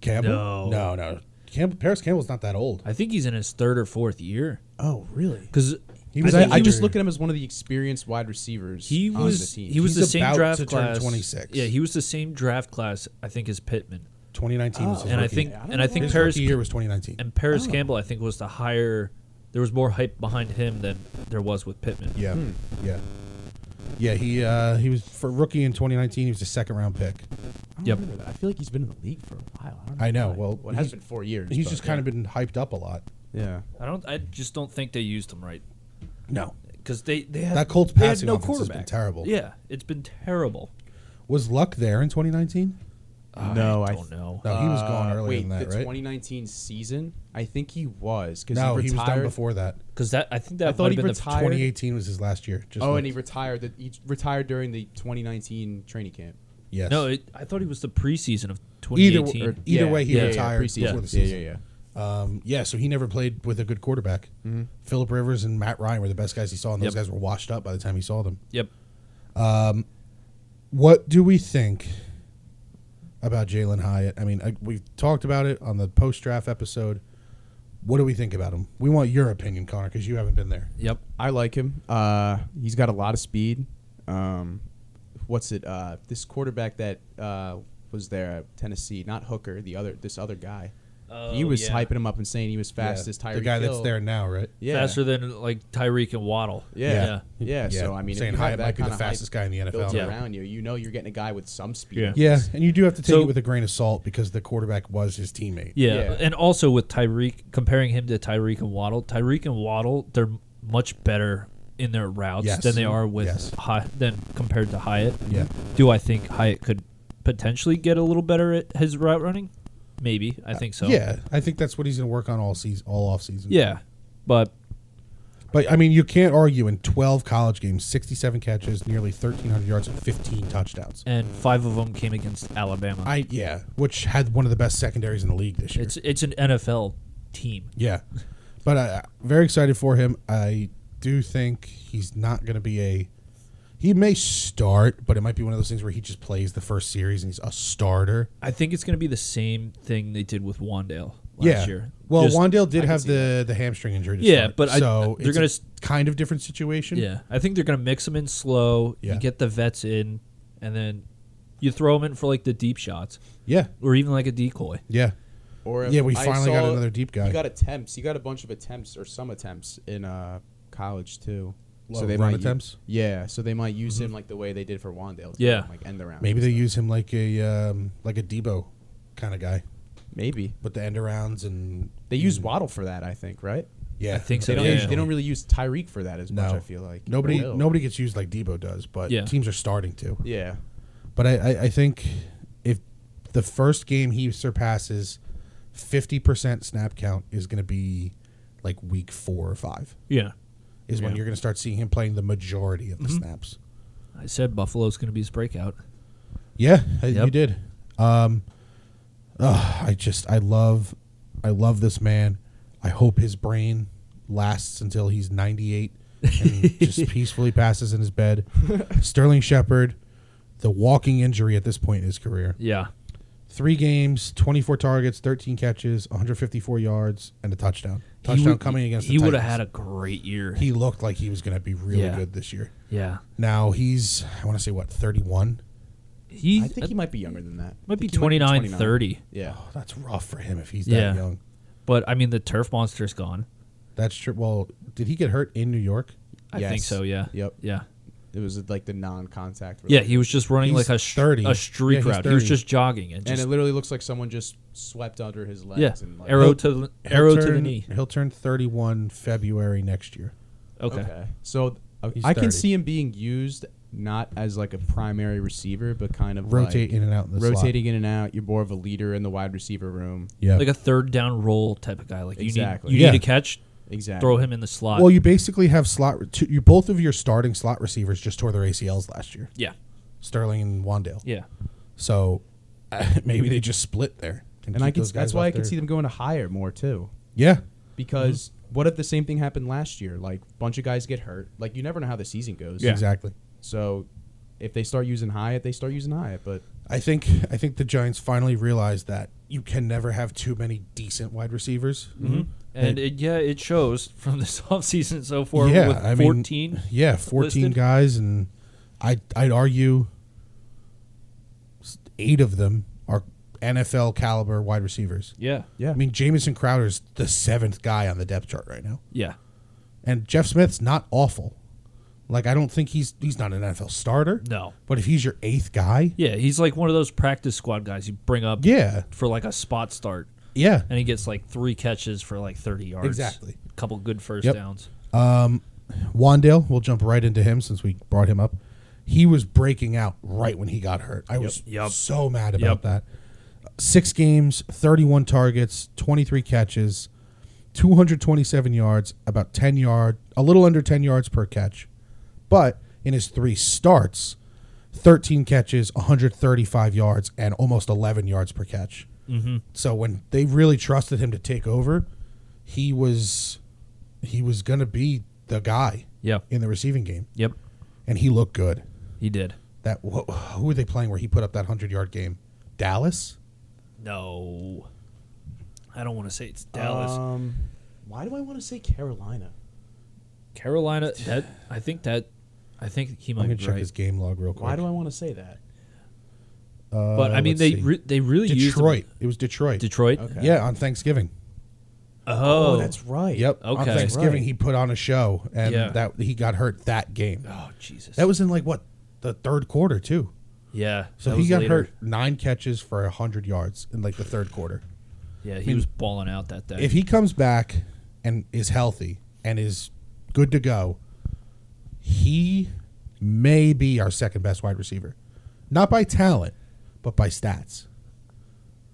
Speaker 2: Campbell.
Speaker 3: No.
Speaker 2: no, no. Campbell, Paris Campbell's not that old.
Speaker 3: I think he's in his third or fourth year.
Speaker 4: Oh, really?
Speaker 3: Because
Speaker 2: He
Speaker 4: I, I just
Speaker 2: injured.
Speaker 4: look at him as one of the experienced wide receivers.
Speaker 3: he
Speaker 4: on
Speaker 3: was
Speaker 4: the team.
Speaker 3: he was
Speaker 2: He's
Speaker 3: the same
Speaker 2: about
Speaker 3: draft
Speaker 2: to turn
Speaker 3: class.
Speaker 2: 26.
Speaker 3: Yeah, he was the same draft class I think as Pittman.
Speaker 2: 2019 was his
Speaker 3: and I
Speaker 2: rookie-
Speaker 3: think
Speaker 4: I don't
Speaker 3: and I
Speaker 4: know.
Speaker 3: think
Speaker 2: his
Speaker 3: Paris
Speaker 2: rookie year was 2019.
Speaker 3: And Paris Campbell, I think, was the higher. There was more hype behind him than there was with Pittman.
Speaker 2: Yeah, yeah, Yeah, he uh, he was for rookie in 2019. He was a second round pick.
Speaker 4: I don't
Speaker 3: Yep.
Speaker 4: remember that. I feel like he's been in the league for a while. I don't know.
Speaker 2: I know.
Speaker 4: why.
Speaker 2: Well,
Speaker 4: it has
Speaker 2: he's-
Speaker 4: been four years.
Speaker 2: He's
Speaker 4: but-
Speaker 2: just kind of been hyped up a lot.
Speaker 4: yeah.
Speaker 3: I don't. I just don't think they used him right
Speaker 2: No,
Speaker 3: because they they had
Speaker 2: that Colts
Speaker 3: they had
Speaker 2: passing
Speaker 3: no
Speaker 2: offense has been
Speaker 3: quarterback.
Speaker 2: terrible.
Speaker 3: Yeah, it's been terrible.
Speaker 2: Was Luck there in 2019?
Speaker 4: no,
Speaker 3: I
Speaker 4: I
Speaker 3: don't know.
Speaker 2: No, Oh, he was gone
Speaker 4: Uh,
Speaker 2: earlier
Speaker 4: wait,
Speaker 2: than that,
Speaker 4: the
Speaker 2: right?
Speaker 4: 2019 season, I think he was because
Speaker 2: No,
Speaker 4: he
Speaker 2: he, was
Speaker 4: retired.
Speaker 2: done before that.
Speaker 3: Because that I think that
Speaker 4: I thought
Speaker 3: might
Speaker 4: he
Speaker 3: have been
Speaker 4: retired.
Speaker 2: 2018 was his last year. Just
Speaker 4: Oh, and he
Speaker 2: looked.
Speaker 4: retired. The, he retired during the 2019 training camp.
Speaker 2: yes.
Speaker 3: the no. It, I thought he was the preseason of
Speaker 2: either
Speaker 3: 2018.
Speaker 2: or, either
Speaker 4: Yeah,
Speaker 2: way, he
Speaker 3: yeah, yeah,
Speaker 2: retired
Speaker 4: preseason.
Speaker 2: before the
Speaker 4: Yeah, yeah,
Speaker 2: season. Um, yeah, so he never played with a good quarterback. Philip Rivers and Matt Ryan were the best guys he saw, and those
Speaker 3: Yep.
Speaker 2: guys were washed up by the time he saw them.
Speaker 3: yep.
Speaker 2: What do we think about Jalen Hyatt? I mean, I, we've talked about it on the post draft episode. What do we think about him? We want your opinion, Connor, because you haven't been there.
Speaker 3: Yep.
Speaker 4: I like him. Uh, he's got a lot of speed. Um, what's it? Uh, this quarterback that uh, was there at Tennessee, not Hooker, the other this other guy. he
Speaker 3: Oh,
Speaker 4: was
Speaker 3: yeah.
Speaker 4: hyping him up and saying he was fastest.
Speaker 2: Yeah,
Speaker 4: Tyreek
Speaker 2: the guy that's
Speaker 4: Hill.
Speaker 2: there now, right?
Speaker 4: yeah.
Speaker 3: Faster than like Tyreek and Waddle.
Speaker 4: Yeah.
Speaker 2: Yeah.
Speaker 4: yeah, So I mean, if
Speaker 2: Saying
Speaker 4: you have
Speaker 2: Hyatt
Speaker 4: that
Speaker 2: might be the
Speaker 4: kinda hype
Speaker 2: fastest guy in the NFL.
Speaker 4: built
Speaker 3: Yeah.
Speaker 4: around you. You know, you're getting a guy with some speed.
Speaker 3: Yeah.
Speaker 2: Yeah, and you do have to take
Speaker 3: So-
Speaker 2: it with a grain of salt because the quarterback was his teammate.
Speaker 3: Yeah.
Speaker 4: Yeah.
Speaker 3: and also with Tyreek, comparing him to Tyreek and Waddle, Tyreek and Waddle, they're much better in their routes
Speaker 2: Yes.
Speaker 3: than they are with
Speaker 2: Yes.
Speaker 3: Hy- than compared to Hyatt.
Speaker 2: Yeah.
Speaker 3: Do I think Hyatt could potentially get a little better at his route running? Maybe. I think so.
Speaker 2: Uh, Yeah, I think that's what he's going to work on all season, all off season.
Speaker 3: Yeah. But
Speaker 2: but I mean, you can't argue in 12 college games, 67 catches, nearly 1,300 yards, and 15 touchdowns.
Speaker 3: and five of them came against Alabama.
Speaker 2: I yeah, which had one of the best secondaries in the league this year.
Speaker 3: it's it's an NFL team.
Speaker 2: yeah, but I very excited for him. I do think he's not going to be a. He may start, but it might be one of those things where he just plays the first series and he's a starter.
Speaker 3: I think it's going to be the same thing they did with Wandale last
Speaker 2: yeah.
Speaker 3: year.
Speaker 2: Well,
Speaker 3: Just-
Speaker 2: Wandale did
Speaker 4: can
Speaker 2: have
Speaker 4: see
Speaker 2: the, the hamstring injury. To
Speaker 3: Yeah,
Speaker 2: start,
Speaker 3: but I-
Speaker 2: so
Speaker 3: they're
Speaker 2: it's
Speaker 3: gonna
Speaker 2: a
Speaker 3: s-
Speaker 2: kind of different situation.
Speaker 3: Yeah, I think they're gonna mix them in slow.
Speaker 2: Yeah.
Speaker 3: You get the vets in, and then you throw them in for like the deep shots,
Speaker 2: yeah,
Speaker 3: or even like a decoy.
Speaker 2: yeah.
Speaker 4: Or
Speaker 2: Yeah, we
Speaker 4: I
Speaker 2: finally got
Speaker 4: saw
Speaker 2: another deep guy.
Speaker 4: You got attempts. You got a bunch of attempts or some attempts in uh, college too.
Speaker 2: Well, run
Speaker 4: might u-
Speaker 2: attempts? Mm-hmm.
Speaker 4: yeah, so they might use him like the way they did for Wandale. to,
Speaker 3: Yeah.
Speaker 4: like end the round.
Speaker 2: Maybe they use him like a um, like a Debo kind of guy
Speaker 4: maybe
Speaker 2: with the end arounds and
Speaker 4: they use
Speaker 2: Mm.
Speaker 4: Waddle for that. I think right.
Speaker 2: yeah.
Speaker 3: I think so,
Speaker 4: They don't.
Speaker 3: Yeah.
Speaker 4: use- they don't really use Tyreek for that as much.
Speaker 2: No.
Speaker 4: I feel like
Speaker 2: Nobody
Speaker 4: Or Hill.
Speaker 2: nobody gets used like Debo does, but
Speaker 3: Yeah.
Speaker 2: teams are starting to.
Speaker 4: Yeah.
Speaker 2: But I, I, I think if the first game he surpasses fifty percent snap count is going to be like week four or five
Speaker 3: Yeah,
Speaker 2: is when
Speaker 3: Yeah. Mm-hmm.
Speaker 2: you're going to start seeing him playing the majority of the snaps.
Speaker 3: I said Buffalo's gonna be his breakout.
Speaker 2: Yeah, I- you
Speaker 3: Yep.
Speaker 2: did. Um, ugh, I just I love I love this man. I hope his brain lasts until he's 98 and just peacefully passes in his bed. Sterling Shepard, the walking injury at this point in his career.
Speaker 3: Yeah,
Speaker 2: Three games, 24 targets, 13 catches, 154 yards, and a touchdown.
Speaker 3: He
Speaker 2: Touchdown
Speaker 3: would-
Speaker 2: coming against
Speaker 3: He
Speaker 2: the
Speaker 3: would have
Speaker 2: Titans.
Speaker 3: had a great year.
Speaker 2: He looked like he was going to be really
Speaker 3: Yeah.
Speaker 2: good this year.
Speaker 3: yeah,
Speaker 2: Now he's, I want to say, what, 31?
Speaker 3: he
Speaker 4: I think he might be younger than that. I
Speaker 3: might be
Speaker 4: think he
Speaker 3: 29, 30.
Speaker 4: Yeah.
Speaker 2: Oh, that's rough for him if he's
Speaker 3: Yeah.
Speaker 2: that young.
Speaker 3: But I mean, the turf monster's gone.
Speaker 2: That's true. Well, did he get hurt in New York?
Speaker 3: I
Speaker 4: Yes.
Speaker 3: think so. Yeah.
Speaker 4: Yep.
Speaker 3: Yeah.
Speaker 4: It was like the non-contact.
Speaker 3: Yeah. He was just running
Speaker 2: He's
Speaker 3: like a sh-
Speaker 2: 30.
Speaker 3: a street
Speaker 2: Yeah, he's
Speaker 3: route. He was
Speaker 2: 30.
Speaker 3: just jogging and
Speaker 4: and
Speaker 3: just
Speaker 4: it literally looks like someone just swept under his legs.
Speaker 3: yeah,
Speaker 4: And like,
Speaker 3: arrow to the
Speaker 2: He'll
Speaker 3: arrow to the
Speaker 2: turn-
Speaker 3: knee.
Speaker 2: He'll turn 31 February next year.
Speaker 3: Okay.
Speaker 4: Okay. So uh,
Speaker 2: He's
Speaker 4: I can
Speaker 2: 30.
Speaker 4: see him being used not as like a primary receiver, but kind of
Speaker 2: Rotate
Speaker 4: like
Speaker 2: in and out in the slot.
Speaker 4: rotating in and out. You're more of a leader in the wide receiver room.
Speaker 2: Yeah.
Speaker 3: Like a third down roll type of guy. Like
Speaker 4: Exactly.
Speaker 3: you need you
Speaker 2: Yeah.
Speaker 3: need a catch,
Speaker 4: Exactly.
Speaker 3: throw him in the slot.
Speaker 2: well, you basically have slot. Two, you both of your starting slot receivers just tore their ACLs last year.
Speaker 3: yeah.
Speaker 2: Sterling and Wandale.
Speaker 3: Yeah.
Speaker 2: So maybe they just split there.
Speaker 4: and I
Speaker 2: keep
Speaker 4: can.
Speaker 2: those guys
Speaker 4: That's why
Speaker 2: off
Speaker 4: I can
Speaker 2: their-
Speaker 4: see them going to higher more too,
Speaker 2: Yeah.
Speaker 4: because
Speaker 2: Mm-hmm.
Speaker 4: what if the same thing happened last year? Like bunch of guys get hurt. Like you never know how the season goes.
Speaker 2: Exactly.
Speaker 4: So if they start using Hyatt, they start using Hyatt. But
Speaker 2: I think I think the Giants finally realized that you can never have too many decent wide receivers. Mm-hmm.
Speaker 3: And it, yeah, it shows from this offseason so far
Speaker 2: yeah,
Speaker 3: with
Speaker 2: I
Speaker 3: 14.
Speaker 2: Mean, yeah, fourteen
Speaker 3: listed.
Speaker 2: guys, and I I'd argue s- eight of them are NFL caliber wide receivers.
Speaker 3: yeah.
Speaker 4: yeah,
Speaker 2: I mean, Jamison Crowder's the seventh guy on the depth chart right now,
Speaker 3: Yeah.
Speaker 2: and Jeff Smith's not awful. Like I don't think he's he's not an NFL starter.
Speaker 3: No.
Speaker 2: But if he's your eighth guy,
Speaker 3: Yeah, he's like one of those practice squad guys you bring up
Speaker 2: yeah,
Speaker 3: for like a spot start,
Speaker 2: yeah.
Speaker 3: and he gets like three catches for like 30 yards.
Speaker 2: Exactly.
Speaker 3: A couple good first
Speaker 2: Yep.
Speaker 3: downs.
Speaker 2: Wandale, we'll jump right into him since we brought him up. He was breaking out right when he got hurt. I was
Speaker 3: Yep.
Speaker 2: so mad about
Speaker 3: Yep.
Speaker 2: that. Six games, 31 targets, 23 catches, 227 yards, about 10 yard, a little under 10 yards per catch. But in his three starts, 13 catches, 135 yards, and almost 11 yards per catch. Mm-hmm. So when they really trusted him to take over, he was he was gonna be the guy
Speaker 3: Yeah.
Speaker 2: in the receiving game,
Speaker 3: Yep.
Speaker 2: and he looked good.
Speaker 3: He did.
Speaker 2: That wh- who were they playing where he put up that hundred yard game? Dallas.
Speaker 3: No. I don't want to say it's Dallas.
Speaker 2: Uh,
Speaker 4: Um, why do I want to say Carolina?
Speaker 3: Carolina, that I think that I think he
Speaker 2: I'm
Speaker 3: might
Speaker 2: gonna
Speaker 3: be
Speaker 2: check
Speaker 3: right.
Speaker 2: his game log real quick.
Speaker 4: Why do I want to say that?
Speaker 2: Uh,
Speaker 3: but I mean
Speaker 2: let's
Speaker 3: they
Speaker 2: see.
Speaker 3: re- they really used him-
Speaker 2: Detroit. It was Detroit.
Speaker 3: Detroit.
Speaker 4: Okay.
Speaker 2: Yeah, on Thanksgiving.
Speaker 3: Oh,
Speaker 4: that's right.
Speaker 2: Yep. On
Speaker 3: Okay.
Speaker 2: Thanksgiving,
Speaker 4: Right.
Speaker 2: he put on a show, and
Speaker 3: Yeah.
Speaker 2: that he got hurt that game.
Speaker 3: Oh Jesus.
Speaker 2: That was in like what the third quarter too.
Speaker 3: yeah.
Speaker 2: So
Speaker 3: that
Speaker 2: he
Speaker 3: was
Speaker 2: got
Speaker 3: later.
Speaker 2: hurt nine catches for hundred yards in like the third quarter.
Speaker 3: Yeah, he was balling out that day.
Speaker 2: if he comes back and is healthy and is good to go, he may be our second best wide receiver. Not by talent, but by stats.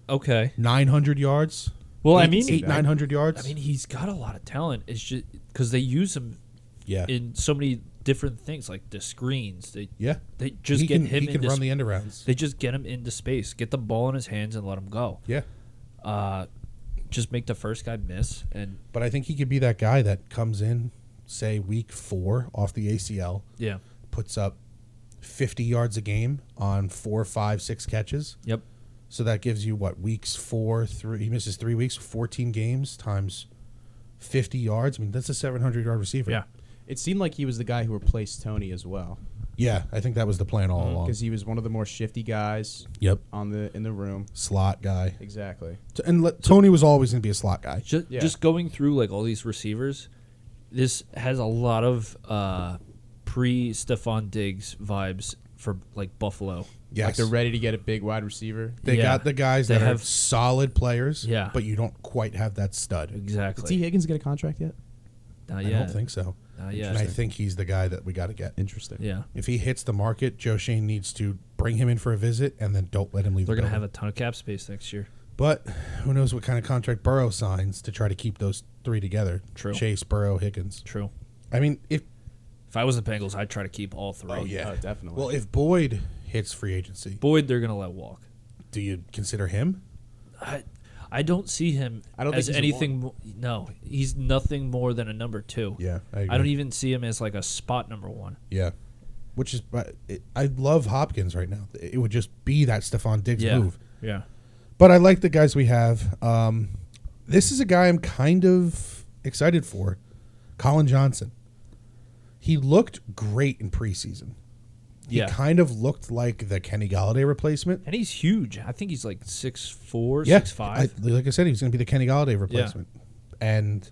Speaker 3: okay.
Speaker 2: 900 yards.
Speaker 3: Well, I
Speaker 2: Eight-
Speaker 3: mean-
Speaker 2: eight, 900 yards.
Speaker 3: I mean, he's got a lot of talent. It's just because they use him
Speaker 2: yeah.
Speaker 3: in so many different things, like the screens. They
Speaker 2: yeah.
Speaker 3: they just
Speaker 2: he
Speaker 3: get
Speaker 2: can,
Speaker 3: him
Speaker 2: He can
Speaker 3: into
Speaker 2: run
Speaker 3: sp-
Speaker 2: the end arounds.
Speaker 3: They just get him into space, get the ball in his hands, and let him go.
Speaker 2: yeah.
Speaker 3: Uh, just make the first guy miss, and
Speaker 2: But I think he could be that guy that comes in, say, week four off the ACL,
Speaker 3: yeah,
Speaker 2: puts up 50 yards a game on four, five, six catches.
Speaker 3: yep,
Speaker 2: So that gives you what weeks four, three. He misses three weeks, fourteen games times fifty yards. I mean, that's a seven hundred yard receiver.
Speaker 3: yeah,
Speaker 4: It seemed like he was the guy who replaced Tony as well,
Speaker 2: yeah. I think that was the plan
Speaker 3: Mm-hmm.
Speaker 2: all along.
Speaker 4: because he was one of the more shifty guys
Speaker 2: Yep,
Speaker 4: on the in the room.
Speaker 2: slot guy.
Speaker 4: Exactly.
Speaker 2: T- And let, Tony was always going to be a slot guy.
Speaker 3: just,
Speaker 4: Yeah.
Speaker 3: just going through like all these receivers, this has a lot of uh, pre Stephon Diggs vibes for like Buffalo.
Speaker 2: Yes,
Speaker 4: Like they're ready to get a big wide receiver.
Speaker 2: they
Speaker 3: Yeah.
Speaker 2: got the guys
Speaker 3: They
Speaker 2: that have
Speaker 3: have-
Speaker 2: solid players.
Speaker 3: Yeah.
Speaker 2: but you don't quite have that stud.
Speaker 3: Exactly.
Speaker 4: Did T Higgins get a contract yet?
Speaker 3: Not
Speaker 2: I
Speaker 3: yet.
Speaker 2: don't think so.
Speaker 3: Not yet.
Speaker 2: And I think he's the guy that we got to get.
Speaker 4: Interesting.
Speaker 3: Yeah,
Speaker 2: If he hits the market, Joe Shane needs to bring him in for a visit and then don't let him leave.
Speaker 3: they're
Speaker 2: the
Speaker 3: gonna
Speaker 2: building.
Speaker 3: have a ton of cap space next year.
Speaker 2: But who knows what kind of contract Burrow signs to try to keep those three together?
Speaker 3: True.
Speaker 2: Chase, Burrow, Higgins.
Speaker 3: True.
Speaker 2: I mean, if
Speaker 3: If I was the Bengals, I'd try to keep all three.
Speaker 4: Oh, definitely.
Speaker 2: Well, if Boyd hits free agency,
Speaker 3: Boyd, they're gonna let walk.
Speaker 2: do you consider him?
Speaker 3: I, I don't see him
Speaker 4: I don't think
Speaker 3: as
Speaker 4: he's a
Speaker 3: anything. Mo- no, he's nothing more than a number two.
Speaker 2: Yeah, I
Speaker 3: I,
Speaker 2: agree.
Speaker 3: don't even see him as like a spot number one.
Speaker 2: Yeah. Which is, but it, I love Hopkins right now. It would just be that Stephon Diggs
Speaker 3: Yeah,
Speaker 2: move.
Speaker 3: yeah.
Speaker 2: But I like the guys we have. Um, this is a guy I'm kind of excited for, Colin Johnson. He looked great in preseason. He
Speaker 3: Yeah.
Speaker 2: kind of looked like the Kenny Galladay replacement.
Speaker 3: And he's huge. I think he's like six four,
Speaker 2: Yeah,
Speaker 3: six five.
Speaker 2: I, like I said, he was going to be the Kenny Galladay replacement, and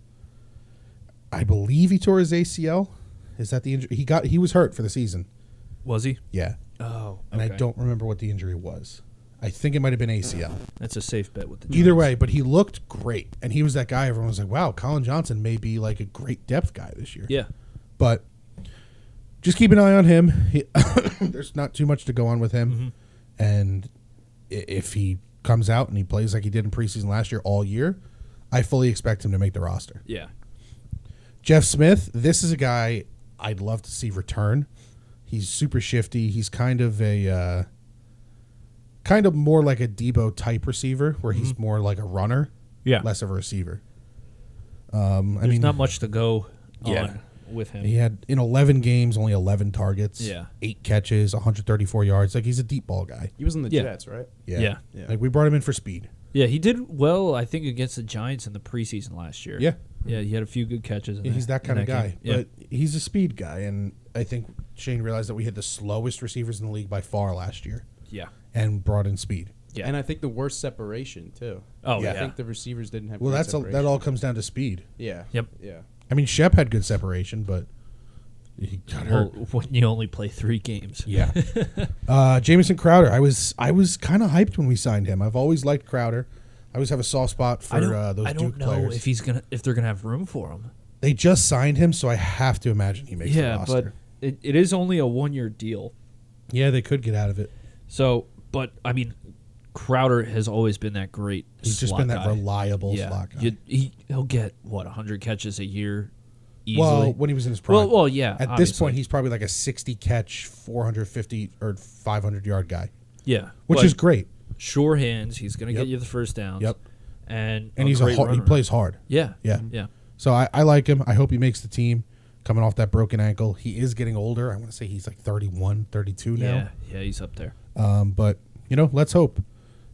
Speaker 2: I believe he tore his ACL. Is that the injury he got? He was hurt for the season.
Speaker 3: Was he?
Speaker 2: Yeah,
Speaker 3: Oh,
Speaker 2: and I
Speaker 3: okay.
Speaker 2: don't remember what the injury was. I think it might have been ACL.
Speaker 3: That's a safe bet with the
Speaker 2: Either
Speaker 3: Giants.
Speaker 2: way, but he looked great, and he was that guy. Everyone was like, "Wow, Colin Johnson may be like a great depth guy this year."
Speaker 3: Yeah,
Speaker 2: but just keep an eye on him. He, there's not too much to go on with him, and i- if he comes out and he plays like he did in preseason last year all year, I fully expect him to make the roster.
Speaker 3: yeah,
Speaker 2: Jeff Smith, this is a guy I'd love to see return. He's super shifty. He's kind of a uh, kind of more like a Debo type receiver, where he's more like a runner,
Speaker 3: Mm-hmm. yeah.
Speaker 2: less of a receiver. Um, I
Speaker 3: There's
Speaker 2: mean,
Speaker 3: not much to go
Speaker 2: Yeah.
Speaker 3: on with him.
Speaker 2: he had in 11 games only 11 targets,
Speaker 3: Yeah.
Speaker 2: eight catches, 134 yards. Like he's a deep ball guy.
Speaker 4: He was on the
Speaker 3: Yeah.
Speaker 4: Jets, right?
Speaker 3: Yeah.
Speaker 4: Yeah.
Speaker 2: Like we brought him in for speed.
Speaker 3: Yeah, he did well, I think, against the Giants in the preseason last year.
Speaker 2: Yeah.
Speaker 3: yeah, he had a few good catches. In
Speaker 2: He's that kind
Speaker 3: in
Speaker 2: of guy,
Speaker 3: game. Yeah.
Speaker 2: but he's a speed guy and I think Shane realized that we had the slowest receivers in the league by far last year
Speaker 3: yeah,
Speaker 2: and brought in speed.
Speaker 3: yeah.
Speaker 4: And I think the worst separation too.
Speaker 3: oh
Speaker 2: Yeah.
Speaker 3: yeah,
Speaker 4: I think the receivers didn't have.
Speaker 2: Well,
Speaker 4: great
Speaker 2: that's a,
Speaker 4: separation.
Speaker 2: that all comes down to speed.
Speaker 4: Yeah.
Speaker 3: Yep.
Speaker 4: Yeah.
Speaker 2: I mean, Shep had good separation, but He got
Speaker 3: Well,
Speaker 2: hurt.
Speaker 3: when you only play three games.
Speaker 2: Yeah. uh, Jamison Crowder. I was I was kind of hyped when we signed him. I've always liked Crowder. I always have a soft spot for
Speaker 3: I don't,
Speaker 2: uh, those
Speaker 3: I don't
Speaker 2: Duke
Speaker 3: know
Speaker 2: players.
Speaker 3: if he's gonna if they're gonna have room for him.
Speaker 2: they just signed him, so I have to imagine he makes the
Speaker 3: Yeah, but
Speaker 2: roster.
Speaker 3: it, it is only a one year deal.
Speaker 2: yeah, they could get out of it.
Speaker 3: So, but I mean, Crowder has always been that great.
Speaker 2: He's just
Speaker 3: slot
Speaker 2: been that
Speaker 3: guy.
Speaker 2: reliable
Speaker 3: yeah,
Speaker 2: slot guy.
Speaker 3: You- he will get what hundred catches a year, easily.
Speaker 2: well, when he was in his prime.
Speaker 3: well, well, yeah.
Speaker 2: At this point, he's probably like a 60 catch, 450 or 500 yard guy,
Speaker 3: yeah,
Speaker 2: which
Speaker 3: but
Speaker 2: is great.
Speaker 3: sure hands. He's gonna
Speaker 2: Yep.
Speaker 3: get you the first downs.
Speaker 2: Yep.
Speaker 3: and
Speaker 2: And he's a
Speaker 3: great
Speaker 2: hard, he
Speaker 3: runner.
Speaker 2: plays hard.
Speaker 3: Yeah,
Speaker 2: Yeah.
Speaker 3: yeah.
Speaker 2: So I, I like him. I hope he makes the team. Coming off that broken ankle, he is getting older. I want to say he's like 31, 32 now.
Speaker 3: Yeah, yeah, he's up there.
Speaker 2: Um, but you know, let's hope.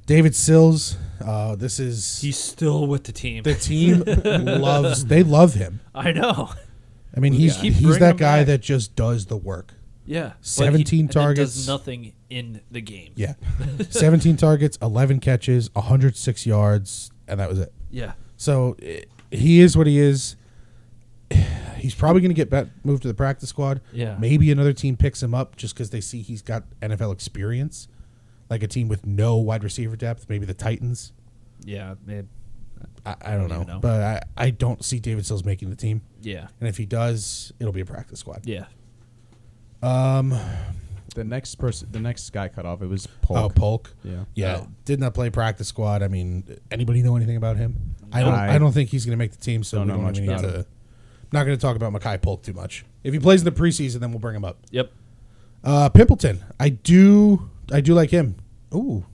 Speaker 2: David Sills, uh, this is
Speaker 3: He's still with the team.
Speaker 2: the team loves. They love him.
Speaker 3: I know.
Speaker 2: I mean,
Speaker 3: We
Speaker 2: he's
Speaker 3: keep
Speaker 2: he's
Speaker 3: bringing
Speaker 2: that
Speaker 3: him
Speaker 2: guy
Speaker 3: back.
Speaker 2: that just does the work.
Speaker 3: Yeah, but he-
Speaker 2: 17
Speaker 3: and then
Speaker 2: targets.
Speaker 3: does nothing in the game.
Speaker 2: Yeah, seventeen targets, eleven catches, hundred six yards, and that was it.
Speaker 3: yeah.
Speaker 2: So eh, he is what he is. He's probably going to get bet, moved to the practice squad.
Speaker 3: Yeah.
Speaker 2: Maybe another team picks him up just because they see he's got NFL experience, like a team with no wide receiver depth. Maybe the Titans.
Speaker 3: Yeah, man.
Speaker 2: I, I don't, know.
Speaker 3: even know.
Speaker 2: But I, I don't see David Sills making the team.
Speaker 3: yeah,
Speaker 2: And if he does, it'll be a practice squad.
Speaker 3: yeah.
Speaker 4: The next person, the next guy cut off. It was Polk.
Speaker 2: Oh, Polk.
Speaker 4: Yeah.
Speaker 2: Yeah.
Speaker 3: Oh.
Speaker 2: Did not play practice squad. I mean, anybody know anything about him? I don't I,
Speaker 4: I
Speaker 2: don't think he's gonna make the team, so
Speaker 4: don't
Speaker 2: we
Speaker 4: know much
Speaker 2: even need
Speaker 4: about
Speaker 2: to- not gonna talk about Makai Polk too much. If he plays in the preseason, then we'll bring him up.
Speaker 3: Yep.
Speaker 2: Uh Pimpleton. I do I do like him. Ooh.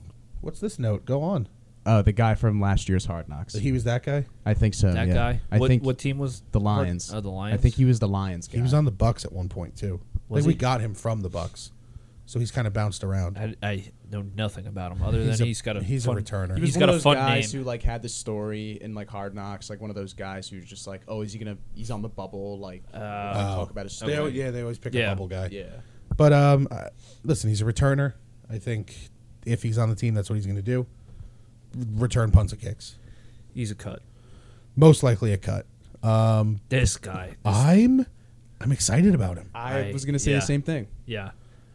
Speaker 2: What's this note? Go on.
Speaker 4: Uh, the guy from last year's Hard Knocks.
Speaker 2: He was that guy?
Speaker 4: I think
Speaker 2: Uh,
Speaker 4: so.
Speaker 3: That
Speaker 4: yeah.
Speaker 3: guy.
Speaker 4: I
Speaker 3: what,
Speaker 4: think
Speaker 3: what team was
Speaker 4: the Lions.
Speaker 3: Oh, the
Speaker 4: I
Speaker 3: Lions?
Speaker 4: think he was the Lions guy.
Speaker 2: He was on the Bucks at one point too.
Speaker 3: Was
Speaker 2: I think we
Speaker 3: he?
Speaker 2: got him from the Bucks. So he's kind of bounced around.
Speaker 3: I, I know nothing about him other
Speaker 2: He's
Speaker 3: than
Speaker 2: a-
Speaker 3: he's got a
Speaker 2: he's a
Speaker 3: fun,
Speaker 2: returner. He's
Speaker 4: He was
Speaker 3: he's
Speaker 4: one
Speaker 3: got
Speaker 4: of
Speaker 3: a
Speaker 4: those
Speaker 3: fun
Speaker 4: guys
Speaker 3: name.
Speaker 4: who like had the story in like Hard Knocks, like one of those guys who's just like, oh, is he gonna? He's on the bubble. Like
Speaker 3: Uh,
Speaker 4: talk about his story.
Speaker 2: Oh. They al- yeah, they always pick a
Speaker 3: Yeah.
Speaker 2: bubble guy.
Speaker 4: yeah.
Speaker 2: But um, uh, listen, he's a returner. I think if he's on the team, that's what he's going to do: return punts and kicks,
Speaker 3: he's a cut.
Speaker 2: most likely a cut.
Speaker 3: This guy.
Speaker 2: Uh, I'm, I'm excited about him.
Speaker 4: I,
Speaker 3: I-
Speaker 4: was gonna say
Speaker 3: yeah.
Speaker 4: the same thing.
Speaker 3: yeah.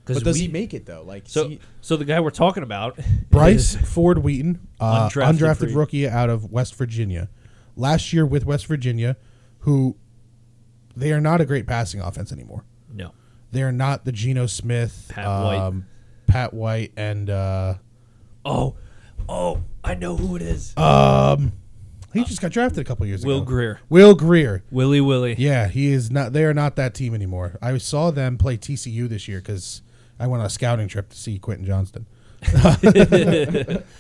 Speaker 3: 'Cause
Speaker 4: But does he
Speaker 3: we-
Speaker 4: make it though? Like,
Speaker 3: So,
Speaker 4: see-
Speaker 3: so the guy we're talking about,
Speaker 2: Bryce
Speaker 3: is-
Speaker 2: Ford Wheaton, uh, undrafted,
Speaker 3: Undrafted free.
Speaker 2: rookie out of West Virginia, last year with West Virginia, who they are not a great passing offense anymore.
Speaker 3: no,
Speaker 2: They are not the Geno Smith, um,
Speaker 3: Pat White.
Speaker 2: Pat White, and uh,
Speaker 3: oh, oh, I know who it is.
Speaker 2: Uh, he just got drafted a couple years
Speaker 3: Will
Speaker 2: ago.
Speaker 3: Greer.
Speaker 2: Will Greer.
Speaker 3: Willie Willie.
Speaker 2: Yeah, he is not. They are not that team anymore. I saw them play TCU this year because I went on a scouting trip to see Quentin Johnston. um,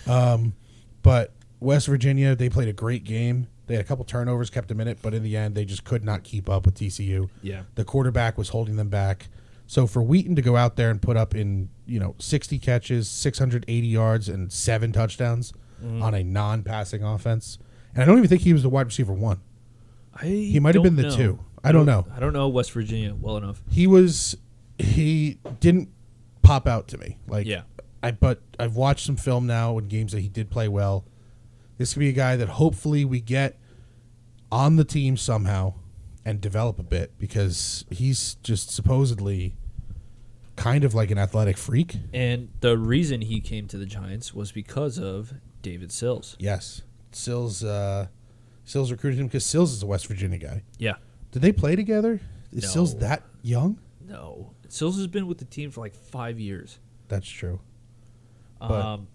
Speaker 2: but West Virginia, they played a great game. They had a couple turnovers, kept them in it, but in the end, they just could not keep up with TCU.
Speaker 3: Yeah.
Speaker 2: the quarterback was holding them back. So for Wheaton to go out there and put up in you know sixty catches, six hundred eighty yards, and seven touchdowns
Speaker 3: Mm-hmm.
Speaker 2: on a non-passing offense, and I don't even think he was the wide receiver one.
Speaker 3: I
Speaker 2: He might have
Speaker 3: don't
Speaker 2: been the
Speaker 3: know.
Speaker 2: two. I don't know.
Speaker 3: I don't know West Virginia well enough.
Speaker 2: he was he didn't pop out to me like
Speaker 3: Yeah.
Speaker 2: i but i've watched some film now in games that he did play well this could be a guy that hopefully we get on the team somehow and develop a bit because he's just supposedly kind of like an athletic freak
Speaker 3: And the reason he came to the Giants was because of David Sills.
Speaker 2: yes sills uh sills recruited him because sills is a west virginia guy
Speaker 3: Yeah.
Speaker 2: did they play together is sills
Speaker 3: No.
Speaker 2: that young
Speaker 3: No. Sills has been with the team for like five years.
Speaker 2: that's true But-
Speaker 3: Um,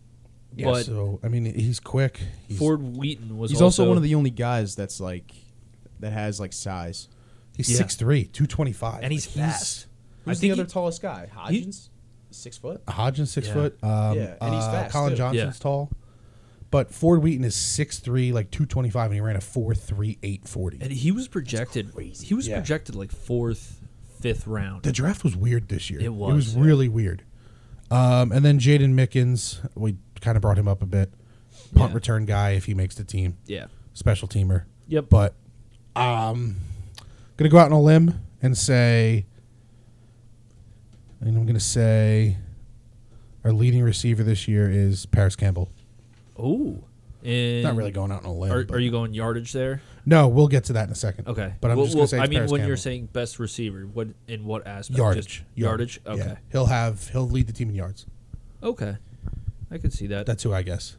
Speaker 2: yeah
Speaker 3: but
Speaker 2: so i mean he's quick he's,
Speaker 3: Ford Wheaton was
Speaker 4: he's also, one of the only guys that's like that has like size.
Speaker 2: he's
Speaker 3: yeah.
Speaker 2: 6'3 225
Speaker 3: and he's
Speaker 2: Like,
Speaker 3: fast.
Speaker 4: Who's
Speaker 3: I think
Speaker 4: the other
Speaker 3: he-
Speaker 4: tallest guy? Hodgins, six foot.
Speaker 2: Hodgins six
Speaker 3: Yeah.
Speaker 2: foot. Um,
Speaker 4: Yeah, and he's
Speaker 2: uh,
Speaker 4: fast,
Speaker 2: Colin
Speaker 4: too.
Speaker 2: Johnson's
Speaker 3: Yeah.
Speaker 2: tall, but Ford Wheaton is six three, like two twenty five, and he ran a four three eight
Speaker 3: and
Speaker 2: forty.
Speaker 3: he was projected.
Speaker 4: crazy.
Speaker 3: He was
Speaker 4: Yeah.
Speaker 3: projected like fourth, fifth round.
Speaker 2: The draft was weird this year.
Speaker 3: It
Speaker 2: It was
Speaker 3: was, yeah.
Speaker 2: really weird. Um, and then Jaden Mickens, we kind of brought him up a bit. Punt
Speaker 3: Yeah.
Speaker 2: return guy if he makes the team,
Speaker 3: yeah.
Speaker 2: special teamer.
Speaker 3: Yep.
Speaker 2: But um, gonna go out on a limb and say, and I'm gonna say, our leading receiver this year is Paris Campbell.
Speaker 3: Oh, And
Speaker 2: Not really going out on a limb.
Speaker 3: Are,
Speaker 2: but-
Speaker 3: are you going yardage there?
Speaker 2: No, we'll get to that in a second.
Speaker 3: Okay.
Speaker 2: But I'm
Speaker 3: Well-
Speaker 2: just gonna
Speaker 3: well,
Speaker 2: say it's
Speaker 3: I mean,
Speaker 2: Paris
Speaker 3: when you're
Speaker 2: Campbell.
Speaker 3: saying best receiver, what in what aspect?
Speaker 2: yardage,
Speaker 3: Just yardage.
Speaker 2: Yeah.
Speaker 3: Okay.
Speaker 2: He'll have he'll lead the team in yards.
Speaker 3: Okay. I could see that.
Speaker 2: That's who I guess.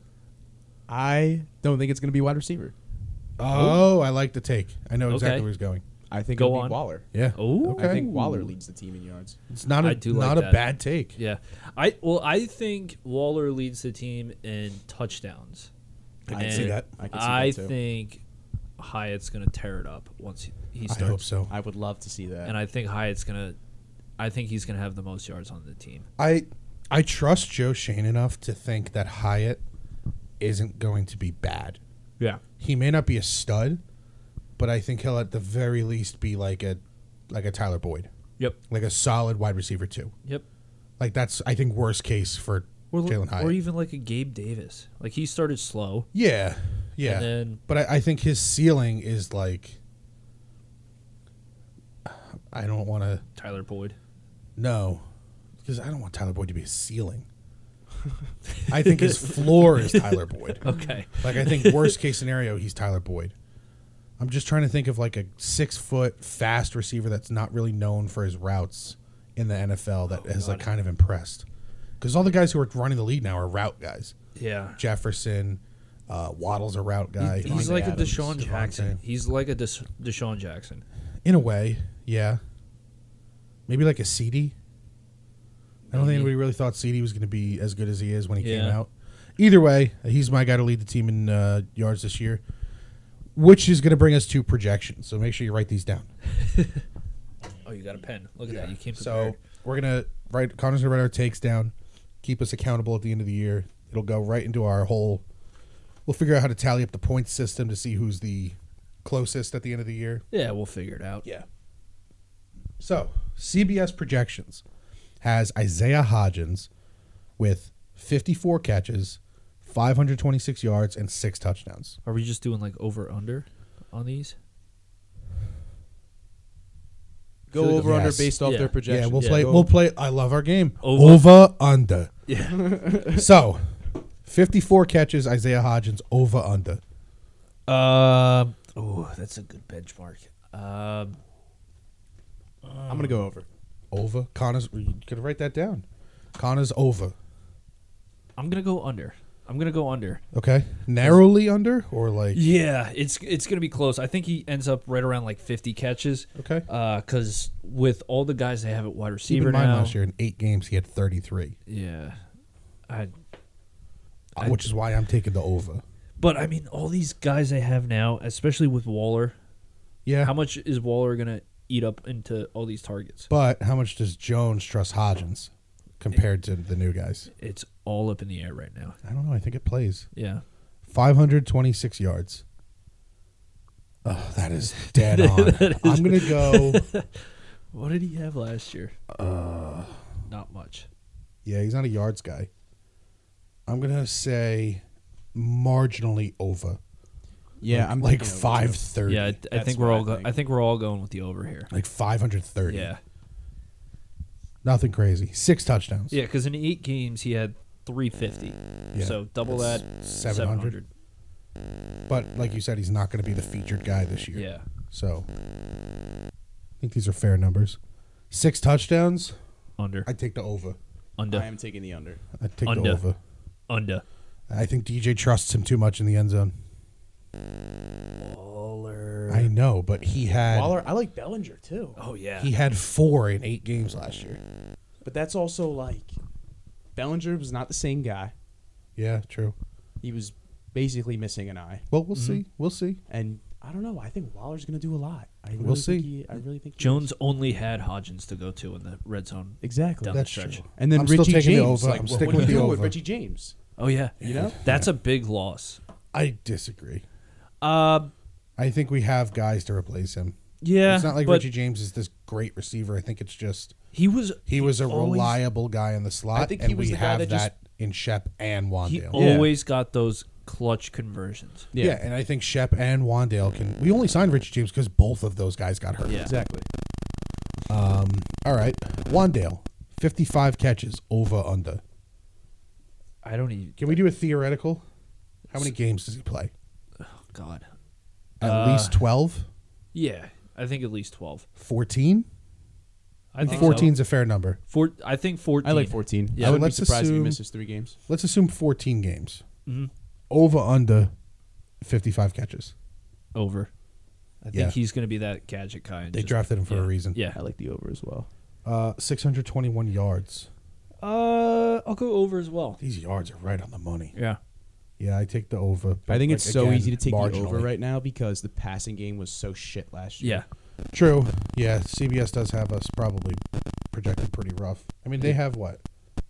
Speaker 4: I don't think it's going to be wide receiver.
Speaker 2: Oh, I like the take. I know exactly
Speaker 3: Okay.
Speaker 2: where he's going.
Speaker 4: I think
Speaker 3: Go
Speaker 4: it'll
Speaker 3: on.
Speaker 4: be Waller.
Speaker 2: Yeah.
Speaker 3: Oh.
Speaker 2: Okay.
Speaker 4: I think Waller leads the team in yards.
Speaker 2: It's not
Speaker 3: I
Speaker 2: a
Speaker 3: do like
Speaker 2: not a
Speaker 3: that.
Speaker 2: bad take.
Speaker 3: Yeah. I well, I think Waller leads the team in touchdowns.
Speaker 2: I can see
Speaker 3: And
Speaker 2: that.
Speaker 4: I
Speaker 3: I,
Speaker 4: can see that too.
Speaker 3: think Hyatt's going to tear it up once he, he
Speaker 2: I
Speaker 3: starts.
Speaker 2: hope so.
Speaker 4: I would love to see that.
Speaker 3: And I think Hyatt's going to. I think he's going to have the most yards on the team.
Speaker 2: I I trust Joe Shane enough to think that Hyatt isn't going to be bad.
Speaker 3: Yeah.
Speaker 2: He may not be a stud, but I think he'll at the very least be like a like a Tyler Boyd,
Speaker 3: Yep.
Speaker 2: like a solid wide receiver too.
Speaker 3: Yep.
Speaker 2: Like that's I think worst case for
Speaker 3: Or,
Speaker 2: Jalen Hyatt.
Speaker 3: or even like a Gabe Davis. Like he started slow.
Speaker 2: yeah, yeah.
Speaker 3: And then
Speaker 2: But I, I think his ceiling is like I don't want to
Speaker 3: Tyler Boyd.
Speaker 2: no because I don't want Tyler Boyd to be a ceiling. I think his floor is Tyler Boyd.
Speaker 3: Okay.
Speaker 2: Like I think worst case scenario, he's Tyler Boyd. I'm just trying to think of like a six foot fast receiver that's not really known for his routes in the NFL that
Speaker 3: Oh,
Speaker 2: has like kind of impressed. Because all the guys who are running the league now are route guys.
Speaker 3: Yeah.
Speaker 2: Jefferson, uh, Waddle's a route guy.
Speaker 3: He's like
Speaker 4: Adams,
Speaker 3: a Deshaun
Speaker 2: Devontae.
Speaker 3: Jackson. He's like a Des- Deshaun Jackson.
Speaker 2: in a way, yeah. Maybe like a CD. I don't think
Speaker 3: Maybe.
Speaker 2: anybody really thought CD was going to be as good as he is when he came
Speaker 3: Yeah.
Speaker 2: out. Either way, he's my guy to lead the team in uh, yards this year, which is going to bring us to projections. So make sure you write these down.
Speaker 3: Oh, you got a pen. Look at that. You came prepared.
Speaker 2: So we're going to write. Connor's going to write our takes down. Keep us accountable at the end of the year. It'll go right into our whole. We'll figure out how to tally up the points system to see who's the closest at the end of the year.
Speaker 3: yeah, we'll figure it out.
Speaker 2: Yeah. So CBS projections has Isaiah Hodgins with 54 catches, 526 yards, and six touchdowns.
Speaker 3: Are we just doing like over under on these?
Speaker 4: Go
Speaker 2: Feel like-
Speaker 4: over under
Speaker 2: Yes.
Speaker 4: based off
Speaker 3: Yeah. Yeah,
Speaker 4: their
Speaker 2: yeah,
Speaker 4: projection.
Speaker 2: we'll
Speaker 3: yeah.
Speaker 2: play.
Speaker 4: Go-
Speaker 2: We'll play. I love our game.
Speaker 3: Over.
Speaker 2: Over under.
Speaker 3: Yeah.
Speaker 2: so, 54 catches, Isaiah Hodgins over under.
Speaker 3: um. Oh, that's a good benchmark. Um.
Speaker 4: I'm gonna go over.
Speaker 2: Over. Connor's. You could write that down. Connor's over.
Speaker 3: I'm gonna go under. I'm gonna go under.
Speaker 2: Okay. Narrowly under or like.
Speaker 3: Yeah, it's it's gonna be close. I think he ends up right around like 50 catches.
Speaker 2: Okay.
Speaker 3: Uh, cause with all the guys they have at wide
Speaker 2: Keep
Speaker 3: receiver
Speaker 2: in mind
Speaker 3: now.
Speaker 2: last year in eight games he had 33,
Speaker 3: Yeah. I.
Speaker 2: uh, which is why I'm taking the over.
Speaker 3: But I mean, all these guys they have now, especially with Waller.
Speaker 2: Yeah.
Speaker 3: How much is Waller gonna eat up into all these targets?
Speaker 2: But how much does Jones trust Hodgins compared to the new guys?
Speaker 3: It's all up in the air right now.
Speaker 2: I don't know. I think it plays
Speaker 3: Yeah.
Speaker 2: 526 yards. Oh, that is dead on. I'm gonna go.
Speaker 3: What did he have last year? Uh, not much.
Speaker 2: Yeah, he's not a yards guy. I'm gonna say marginally over,
Speaker 4: Yeah, I'm
Speaker 2: like
Speaker 4: thinking over, too.
Speaker 2: 530.
Speaker 3: Yeah, I, th- I
Speaker 4: That's
Speaker 3: think we're
Speaker 4: what
Speaker 3: all.
Speaker 4: I
Speaker 3: Go-
Speaker 4: think.
Speaker 3: I think we're all going with the over here.
Speaker 2: like 530.
Speaker 3: Yeah,
Speaker 2: nothing crazy. Six touchdowns.
Speaker 3: yeah. Because in eight games he had three fifty.
Speaker 2: Yeah.
Speaker 3: So double
Speaker 2: That's
Speaker 3: that.
Speaker 2: 700.
Speaker 3: 700.
Speaker 2: But like you said, he's not gonna be the featured guy this year.
Speaker 3: Yeah.
Speaker 2: So I think these are fair numbers. Six touchdowns.
Speaker 3: Under.
Speaker 2: I take the over.
Speaker 4: I
Speaker 3: under.
Speaker 4: am taking the under.
Speaker 2: I take the
Speaker 3: Under.
Speaker 2: over.
Speaker 3: Under.
Speaker 2: I think DJ trusts him too much in the end zone.
Speaker 3: Waller.
Speaker 2: I know, but he had
Speaker 4: Waller, I like Bellinger too,
Speaker 3: Oh yeah.
Speaker 2: he had four in eight games last year.
Speaker 4: but that's also like Bellinger was not the same guy.
Speaker 2: Yeah, true.
Speaker 4: He was basically missing an eye,
Speaker 2: Well, we'll
Speaker 4: Mm-hmm.
Speaker 2: see. We'll see.
Speaker 4: and I don't know. I think Waller's gonna do a lot. I really
Speaker 2: We'll see.
Speaker 4: Think he, I really think he
Speaker 3: Jones only had Hodgins to go to in the red zone.
Speaker 4: exactly.
Speaker 3: Down the
Speaker 2: That's
Speaker 3: stretch.
Speaker 2: true.
Speaker 4: and then
Speaker 2: I'm
Speaker 4: Richie
Speaker 2: still taking the
Speaker 4: James.
Speaker 2: over.
Speaker 4: Like,
Speaker 2: I'm
Speaker 4: what-
Speaker 2: sticking
Speaker 4: what
Speaker 2: with
Speaker 4: do you
Speaker 2: the
Speaker 4: do with
Speaker 2: over.
Speaker 4: Richie James?
Speaker 3: Oh yeah.
Speaker 4: You know,
Speaker 3: That's a big loss.
Speaker 2: I disagree.
Speaker 3: Um.
Speaker 2: I think we have guys to replace him.
Speaker 3: Yeah.
Speaker 2: it's not like
Speaker 3: but
Speaker 2: Richie James is this great receiver. I think it's just
Speaker 3: He was.
Speaker 2: he was a
Speaker 3: always-
Speaker 2: reliable guy in the slot,
Speaker 4: I think he
Speaker 2: and
Speaker 4: was
Speaker 2: we
Speaker 4: the guy
Speaker 2: have that,
Speaker 4: that just-
Speaker 2: in Shep and
Speaker 3: He
Speaker 2: Wandale.
Speaker 4: Yeah.
Speaker 3: always got those clutch conversions.
Speaker 2: yeah. and I think Shep and Wandale can. We only signed Richie James because both of those guys got hurt.
Speaker 3: Yeah.
Speaker 4: exactly.
Speaker 2: All right, Wandale, fifty-five catches over under.
Speaker 3: I don't even.
Speaker 2: Can we do a theoretical? How many games does he play?
Speaker 3: oh, God.
Speaker 2: At
Speaker 4: Uh,
Speaker 2: least 12?
Speaker 3: Yeah, I think at least twelve.
Speaker 2: 14?
Speaker 3: I think
Speaker 2: 14
Speaker 3: 14.
Speaker 2: is a fair number.
Speaker 3: Four, I think fourteen.
Speaker 4: I like 14.
Speaker 3: Yeah.
Speaker 4: I
Speaker 3: So
Speaker 4: wouldn't be
Speaker 2: let's
Speaker 4: surprised if he
Speaker 2: assume-
Speaker 4: misses three games.
Speaker 2: Let's assume 14 games.
Speaker 4: Mm-hmm.
Speaker 2: Over under 55 catches.
Speaker 3: over. I think
Speaker 2: Yeah.
Speaker 3: he's going to be that gadget guy. and
Speaker 2: They
Speaker 3: just-
Speaker 2: drafted him for a reason.
Speaker 3: Yeah.
Speaker 4: I like the over as well.
Speaker 2: Uh, 621 yards.
Speaker 3: Uh, I'll go over as well.
Speaker 2: These yards are right on the money.
Speaker 3: Yeah.
Speaker 2: Yeah, I take the over.
Speaker 4: I
Speaker 2: but,
Speaker 4: think
Speaker 2: like,
Speaker 4: it's so
Speaker 2: again,
Speaker 4: easy to take the over
Speaker 2: marginally.
Speaker 4: right now because the passing game was so shit last year.
Speaker 3: Yeah.
Speaker 2: True. Yeah, CBS does have us probably projected pretty rough. I mean, they have what?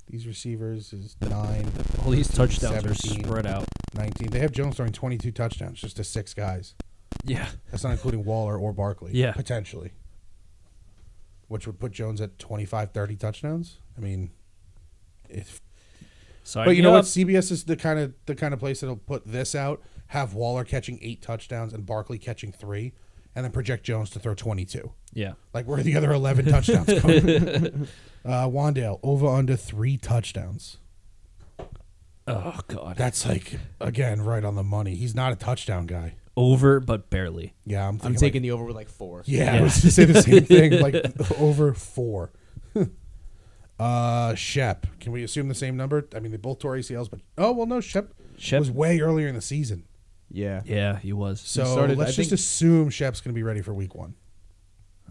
Speaker 2: These receivers is 9,
Speaker 3: All these touchdowns are
Speaker 2: 17.
Speaker 3: spread out.
Speaker 2: 19. They have Jones throwing 22 touchdowns just to six guys.
Speaker 3: Yeah.
Speaker 2: That's not including Waller or Barkley.
Speaker 3: Yeah.
Speaker 2: Potentially. Which would put Jones at 25, 30 touchdowns. I mean, if.
Speaker 3: So
Speaker 2: But you know what? CBS is the kind of the kind of place that'll put this out, have Waller catching eight touchdowns and Barkley catching three, and then project Jones to throw 22.
Speaker 3: Yeah.
Speaker 2: Like, where are the other 11 touchdowns coming? uh, Wandale, over under three touchdowns.
Speaker 3: Oh God.
Speaker 2: That's like, again, right on the money. He's not a touchdown guy.
Speaker 3: over, but barely.
Speaker 2: Yeah, I'm, thinking
Speaker 4: I'm
Speaker 2: like-
Speaker 4: taking the over with like four.
Speaker 2: Yeah, I
Speaker 3: Yeah.
Speaker 2: was to say the same thing. Like over four. uh Shep. Can we assume the same number? I mean, they both tore ACLs, but oh well, no. Shep,
Speaker 3: Shep-
Speaker 2: was way earlier in the season,
Speaker 4: Yeah.
Speaker 3: Yeah, he was.
Speaker 2: so
Speaker 4: started-
Speaker 2: let's
Speaker 4: I
Speaker 2: just
Speaker 4: think-
Speaker 2: assume Shep's going to be ready for week one.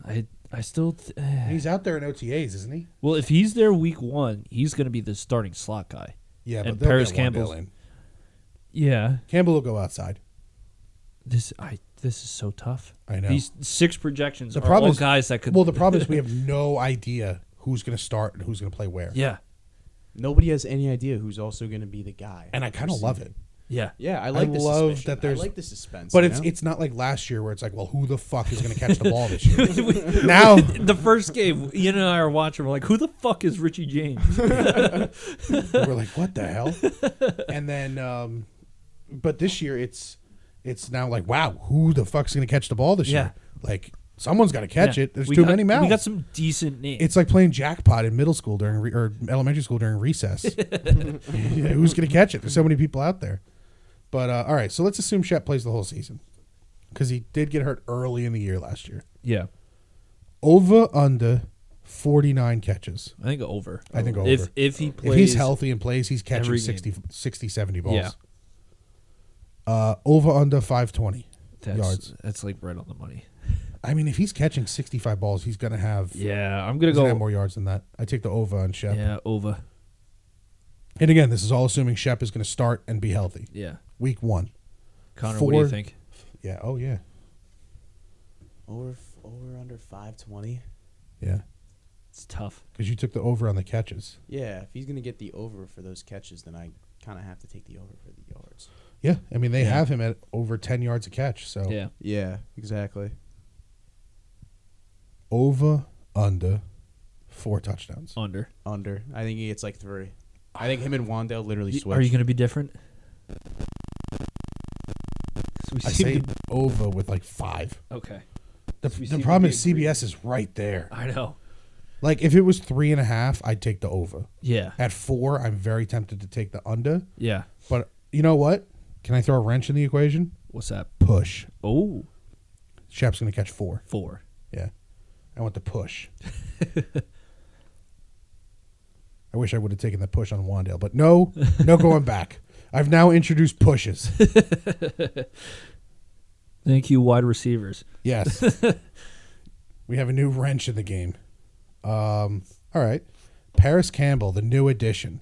Speaker 3: I I still. Th- eh.
Speaker 2: And he's out there in OTAs, isn't he?
Speaker 3: well, if he's there week one, he's going to be the starting slot guy.
Speaker 2: Yeah,
Speaker 3: And
Speaker 2: but they'll
Speaker 3: Paris
Speaker 2: get Wandale
Speaker 3: Campbell's-
Speaker 2: in.
Speaker 3: Yeah.
Speaker 2: Campbell will go outside.
Speaker 3: This I this is so tough.
Speaker 2: I know.
Speaker 3: These six projections
Speaker 2: The
Speaker 3: the are
Speaker 2: problem
Speaker 3: all
Speaker 2: is-
Speaker 3: guys that could.
Speaker 2: Well, the problem is we have no idea who's going to start and who's going to play where.
Speaker 3: yeah.
Speaker 4: Nobody has any idea who's also going to be the guy.
Speaker 2: and I kind of love it.
Speaker 3: Yeah.
Speaker 4: Yeah, I like. the
Speaker 2: love
Speaker 4: suspicion.
Speaker 2: that there's-
Speaker 4: I like the suspense.
Speaker 2: But
Speaker 4: you
Speaker 2: it's
Speaker 4: know?
Speaker 2: it's not like last year where it's like, well, who the fuck is going to catch the ball this year? now
Speaker 3: the first game, Ian and I are watching. We're like, "Who the fuck is Richie James?"
Speaker 2: And we're like, what the hell? And then, um, but this year it's it's now like, wow, who the fuck's gonna catch the ball this
Speaker 3: Yeah.
Speaker 2: year? Like someone's got to catch
Speaker 3: Yeah.
Speaker 2: it. There's
Speaker 3: We
Speaker 2: too
Speaker 3: got-
Speaker 2: many mouths.
Speaker 3: We got some decent names.
Speaker 2: it's like playing jackpot in middle school during re- or elementary school during recess. Yeah, who's gonna catch it? There's so many people out there. But uh, all right, so let's assume Shep plays the whole season because he did get hurt early in the year last year.
Speaker 3: yeah.
Speaker 2: Over under. 49 catches.
Speaker 3: I think over.
Speaker 2: I think over.
Speaker 3: If if he plays,
Speaker 2: if he's healthy and plays, he's catching
Speaker 3: every game.
Speaker 2: 60, 60, 70 balls.
Speaker 3: Yeah.
Speaker 2: Uh, over under 520
Speaker 3: that's,
Speaker 2: yards.
Speaker 3: that's like right on the money.
Speaker 2: I mean, if he's catching 65 balls, he's going to have he's
Speaker 3: Yeah, I'm gonna
Speaker 2: gonna have
Speaker 3: go.
Speaker 2: more yards than that. I take the over on Shep.
Speaker 3: Yeah, over.
Speaker 2: And again, this is all assuming Shep is going to start and be healthy.
Speaker 3: Yeah,
Speaker 2: Week one.
Speaker 3: Connor, what do
Speaker 2: Four-
Speaker 3: you think?
Speaker 2: Yeah. Oh, yeah.
Speaker 4: over over under five twenty.
Speaker 2: Yeah.
Speaker 3: It's tough.
Speaker 2: Because you took the over on the catches.
Speaker 4: Yeah, if he's going to get the over for those catches, then I kind of have to take the over for the yards.
Speaker 2: Yeah. I mean, they
Speaker 3: Yeah.
Speaker 2: have him at over 10 yards a catch. So
Speaker 3: Yeah,
Speaker 4: Yeah, exactly.
Speaker 2: over, under, four touchdowns.
Speaker 3: under.
Speaker 4: Under. I think he gets like three. I think him and Wandale literally
Speaker 3: Y-
Speaker 4: switch.
Speaker 3: Are you gonna be different? 'Cause we
Speaker 2: I
Speaker 3: seem
Speaker 2: say
Speaker 3: to-
Speaker 2: over with like five.
Speaker 3: okay.
Speaker 2: The,
Speaker 3: So we
Speaker 2: the
Speaker 3: seem to
Speaker 2: problem
Speaker 3: be
Speaker 2: is
Speaker 3: agreeing.
Speaker 2: CBS is right there.
Speaker 3: I know.
Speaker 2: Like if it was three and a half, I'd take the over.
Speaker 3: Yeah,
Speaker 2: At four, I'm very tempted to take the under.
Speaker 3: yeah.
Speaker 2: But you know what? Can I throw a wrench in the equation?
Speaker 3: What's that?
Speaker 2: Push.
Speaker 3: Oh,
Speaker 2: Shep's gonna catch four.
Speaker 3: four.
Speaker 2: Yeah. I want the push. I wish I would have taken the push on Wandale, but no, no going back. I've now introduced pushes.
Speaker 3: Thank you, wide receivers.
Speaker 2: Yes. we have a new wrench in the game. Um, all right. Paris Campbell, the new addition.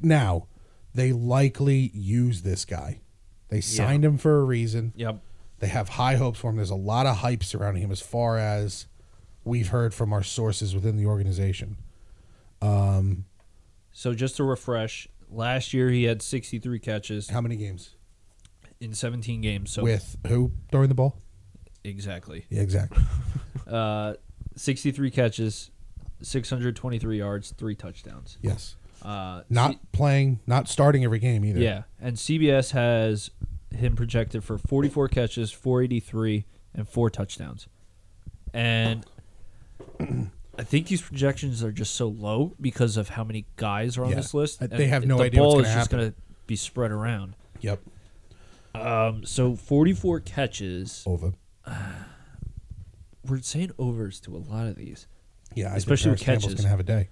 Speaker 2: Now, they likely use this guy. They signed him for a reason.
Speaker 3: Yep.
Speaker 2: They have high hopes for him. There's a lot of hype surrounding him as far as we've heard from our sources within the organization.
Speaker 3: So just to refresh, last year he had 63 catches
Speaker 2: How many games?
Speaker 3: in 17 games. So
Speaker 2: With who throwing the ball?
Speaker 3: exactly.
Speaker 2: Yeah, exactly.
Speaker 3: Uh, 63 catches, 623 yards, three touchdowns.
Speaker 2: yes.
Speaker 3: Uh,
Speaker 2: Not
Speaker 3: C-
Speaker 2: playing, not starting every game either.
Speaker 3: yeah, and CBS has him projected for 44 catches, 483, and four touchdowns. And I think these projections are just so low because of how many guys are on
Speaker 2: Yeah.
Speaker 3: this list.
Speaker 2: I-
Speaker 3: and
Speaker 2: they have no
Speaker 3: the
Speaker 2: idea
Speaker 3: ball
Speaker 2: what's
Speaker 3: is
Speaker 2: gonna
Speaker 3: just
Speaker 2: happen.
Speaker 3: going to be spread around.
Speaker 2: Yep.
Speaker 3: Um, so 44 catches.
Speaker 2: Over.
Speaker 3: We're saying overs to a lot of these.
Speaker 2: Yeah,
Speaker 3: Especially
Speaker 2: I
Speaker 3: with
Speaker 2: think Paris Campbell's
Speaker 3: catches.
Speaker 2: gonna have a day.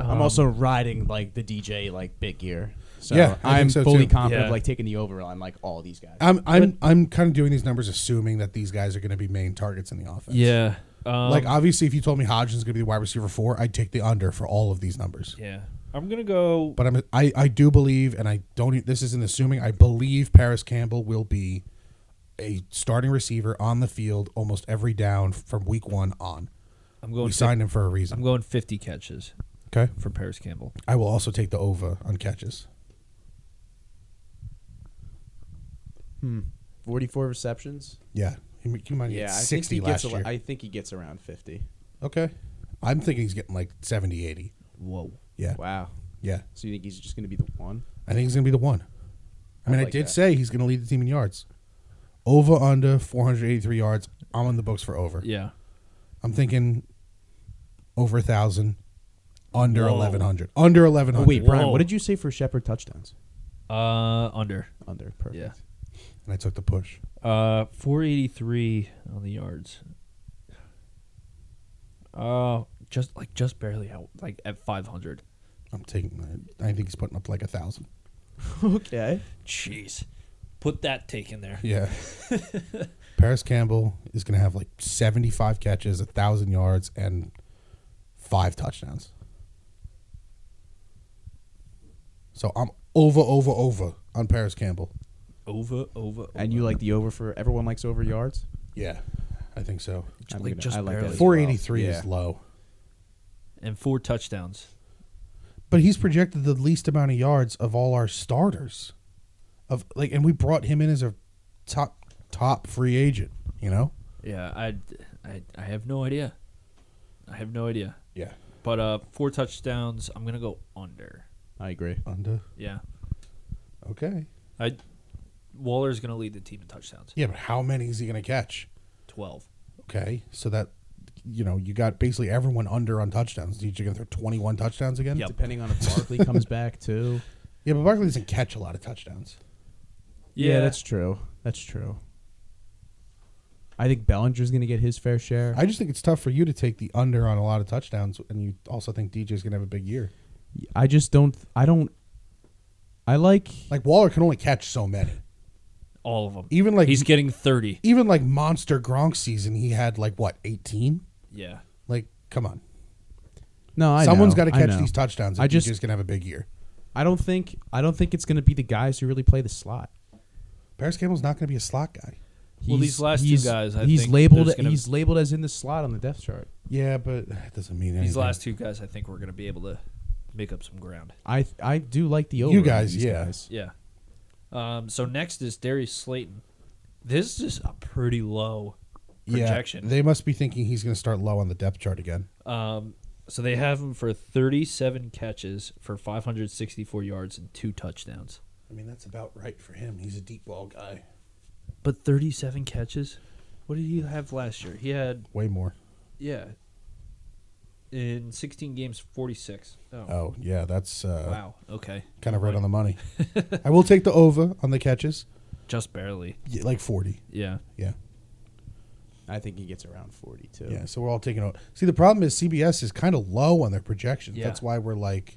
Speaker 3: Um,
Speaker 4: I'm also riding like the DJ like big gear. So
Speaker 2: Yeah, I
Speaker 4: I'm
Speaker 2: think so,
Speaker 4: fully
Speaker 2: too.
Speaker 4: confident
Speaker 3: Yeah.
Speaker 4: of like taking the over on like all these guys.
Speaker 2: I'm I'm I'm kind of doing these numbers assuming that these guys are gonna be main targets in the offense.
Speaker 3: Yeah. Um,
Speaker 2: Like obviously, if you told me Hodgson's gonna be the wide receiver four, I'd take the under for all of these numbers.
Speaker 3: yeah. I'm gonna go.
Speaker 2: But I'm I, I do believe, and I don't. e- This isn't assuming. I believe Paris Campbell will be a starting receiver on the field almost every down from week one on.
Speaker 3: I'm going.
Speaker 2: We
Speaker 3: fif-
Speaker 2: signed him for a
Speaker 3: I'm
Speaker 2: reason.
Speaker 3: going 50 catches
Speaker 2: Okay.
Speaker 3: for Paris Campbell.
Speaker 2: I will also take the over on catches.
Speaker 4: 44 receptions.
Speaker 2: Yeah, he, he might get
Speaker 4: Yeah, I think,
Speaker 2: sixty
Speaker 4: he
Speaker 2: last
Speaker 4: gets a,
Speaker 2: year.
Speaker 4: I think he gets around 50.
Speaker 2: okay, I'm thinking he's getting like 70, 80.
Speaker 3: Whoa.
Speaker 2: Yeah,
Speaker 4: Wow.
Speaker 2: yeah.
Speaker 4: So you think he's just going to be the one?
Speaker 2: I think he's gonna be the one. I mean, I,
Speaker 4: like
Speaker 2: did
Speaker 4: that.
Speaker 2: say he's gonna lead the team in yards. Over under 483 yards. I'm on the books for over.
Speaker 3: Yeah.
Speaker 2: I'm thinking over a thousand, under
Speaker 3: Whoa.
Speaker 2: 1100, under 1100.
Speaker 4: Oh, wait, Brian,
Speaker 3: Whoa.
Speaker 4: what did you say for Shepard touchdowns?
Speaker 3: Uh, under.
Speaker 4: Under. Perfect.
Speaker 3: Yeah.
Speaker 2: and I took the push.
Speaker 3: Uh, 483 on the yards. Uh, just like just barely out, like at 500.
Speaker 2: I'm taking. I think he's putting up like a thousand.
Speaker 4: okay.
Speaker 3: Jeez. Put that take in there.
Speaker 2: Yeah. Paris Campbell is going to have like 75 catches, a thousand yards, and five touchdowns. So I'm over, over, over on Paris Campbell.
Speaker 3: Over, over, over.
Speaker 4: And you like the over for everyone likes over yards?
Speaker 2: Yeah, I think so.
Speaker 3: Just,
Speaker 4: I'm
Speaker 3: like
Speaker 4: gonna-
Speaker 3: just
Speaker 4: I like that
Speaker 3: barely.
Speaker 4: as
Speaker 3: Four
Speaker 4: well.
Speaker 2: 483 is
Speaker 4: Yeah.
Speaker 2: low,
Speaker 3: and four touchdowns.
Speaker 2: but he's projected the least amount of yards of all our starters. Of like, and we brought him in as a top top free agent. You know?
Speaker 3: Yeah, I, I, I have no idea. I have no idea.
Speaker 2: Yeah.
Speaker 3: But uh, four touchdowns. I'm gonna go under.
Speaker 4: I agree.
Speaker 2: Under.
Speaker 3: Yeah,
Speaker 2: uh, Okay.
Speaker 3: I. Waller's gonna lead the team in touchdowns.
Speaker 2: Yeah, but how many is he going to catch?
Speaker 3: Twelve.
Speaker 2: Okay, so that you know you got basically everyone under on touchdowns. Did you get their twenty-one touchdowns again?
Speaker 3: Yep.
Speaker 4: Depending on if Barkley comes back too.
Speaker 2: Yeah, but Barkley doesn't catch a lot of touchdowns.
Speaker 4: Yeah. that's true. That's true. I think Bellinger's going to get his fair share.
Speaker 2: I just think it's tough for you to take the under on a lot of touchdowns, and you also think DJ's gonna have a big year.
Speaker 4: I just don't. I don't. I like.
Speaker 2: Like Waller can only catch so many.
Speaker 3: all of them.
Speaker 2: Even like
Speaker 3: he's getting thirty.
Speaker 2: even like monster Gronk season, he had like what eighteen?
Speaker 3: Yeah,
Speaker 2: Like come on,
Speaker 4: No, I
Speaker 2: someone's
Speaker 4: know,
Speaker 2: got to
Speaker 4: I
Speaker 2: catch
Speaker 4: know.
Speaker 2: these touchdowns. If
Speaker 4: I just-
Speaker 2: DJ's gonna have a big year.
Speaker 4: I don't think. I don't think it's going to be the guys who really play the slot.
Speaker 2: Paris Campbell's not gonna be a slot guy.
Speaker 4: He's,
Speaker 3: Well, these last two
Speaker 4: he's-
Speaker 3: guys, I
Speaker 4: he's
Speaker 3: think
Speaker 4: labeled.
Speaker 3: there's gonna-
Speaker 4: he's labeled as in the slot on the depth chart.
Speaker 2: Yeah, but that doesn't mean anything.
Speaker 3: these last two guys, I think we're gonna be able to make up some ground.
Speaker 4: I I do like the over. on
Speaker 2: guys,
Speaker 4: these
Speaker 2: yeah.
Speaker 4: guys.
Speaker 3: Yeah. Um. So next is Darius Slayton. This is a pretty low projection.
Speaker 2: Yeah, they must be thinking he's gonna start low on the depth chart again.
Speaker 3: Um, so they have him for 37 catches for 564 yards and two touchdowns.
Speaker 2: I mean, that's about right for him. He's a deep ball guy.
Speaker 3: But 37 catches? What did he have last year? He had,
Speaker 2: Way more.
Speaker 3: yeah, in 16 games, 46. Oh,
Speaker 2: Oh, yeah, that's uh,
Speaker 3: wow. Okay.
Speaker 2: kind of right on the money. I will take the over on the catches,
Speaker 3: Just barely.
Speaker 2: yeah, like 40.
Speaker 3: Yeah.
Speaker 2: Yeah.
Speaker 4: I think he gets around forty too.
Speaker 2: Yeah, so we're all taking over. See, the problem is CBS is kind of low on their projections.
Speaker 3: Yeah.
Speaker 2: That's why we're like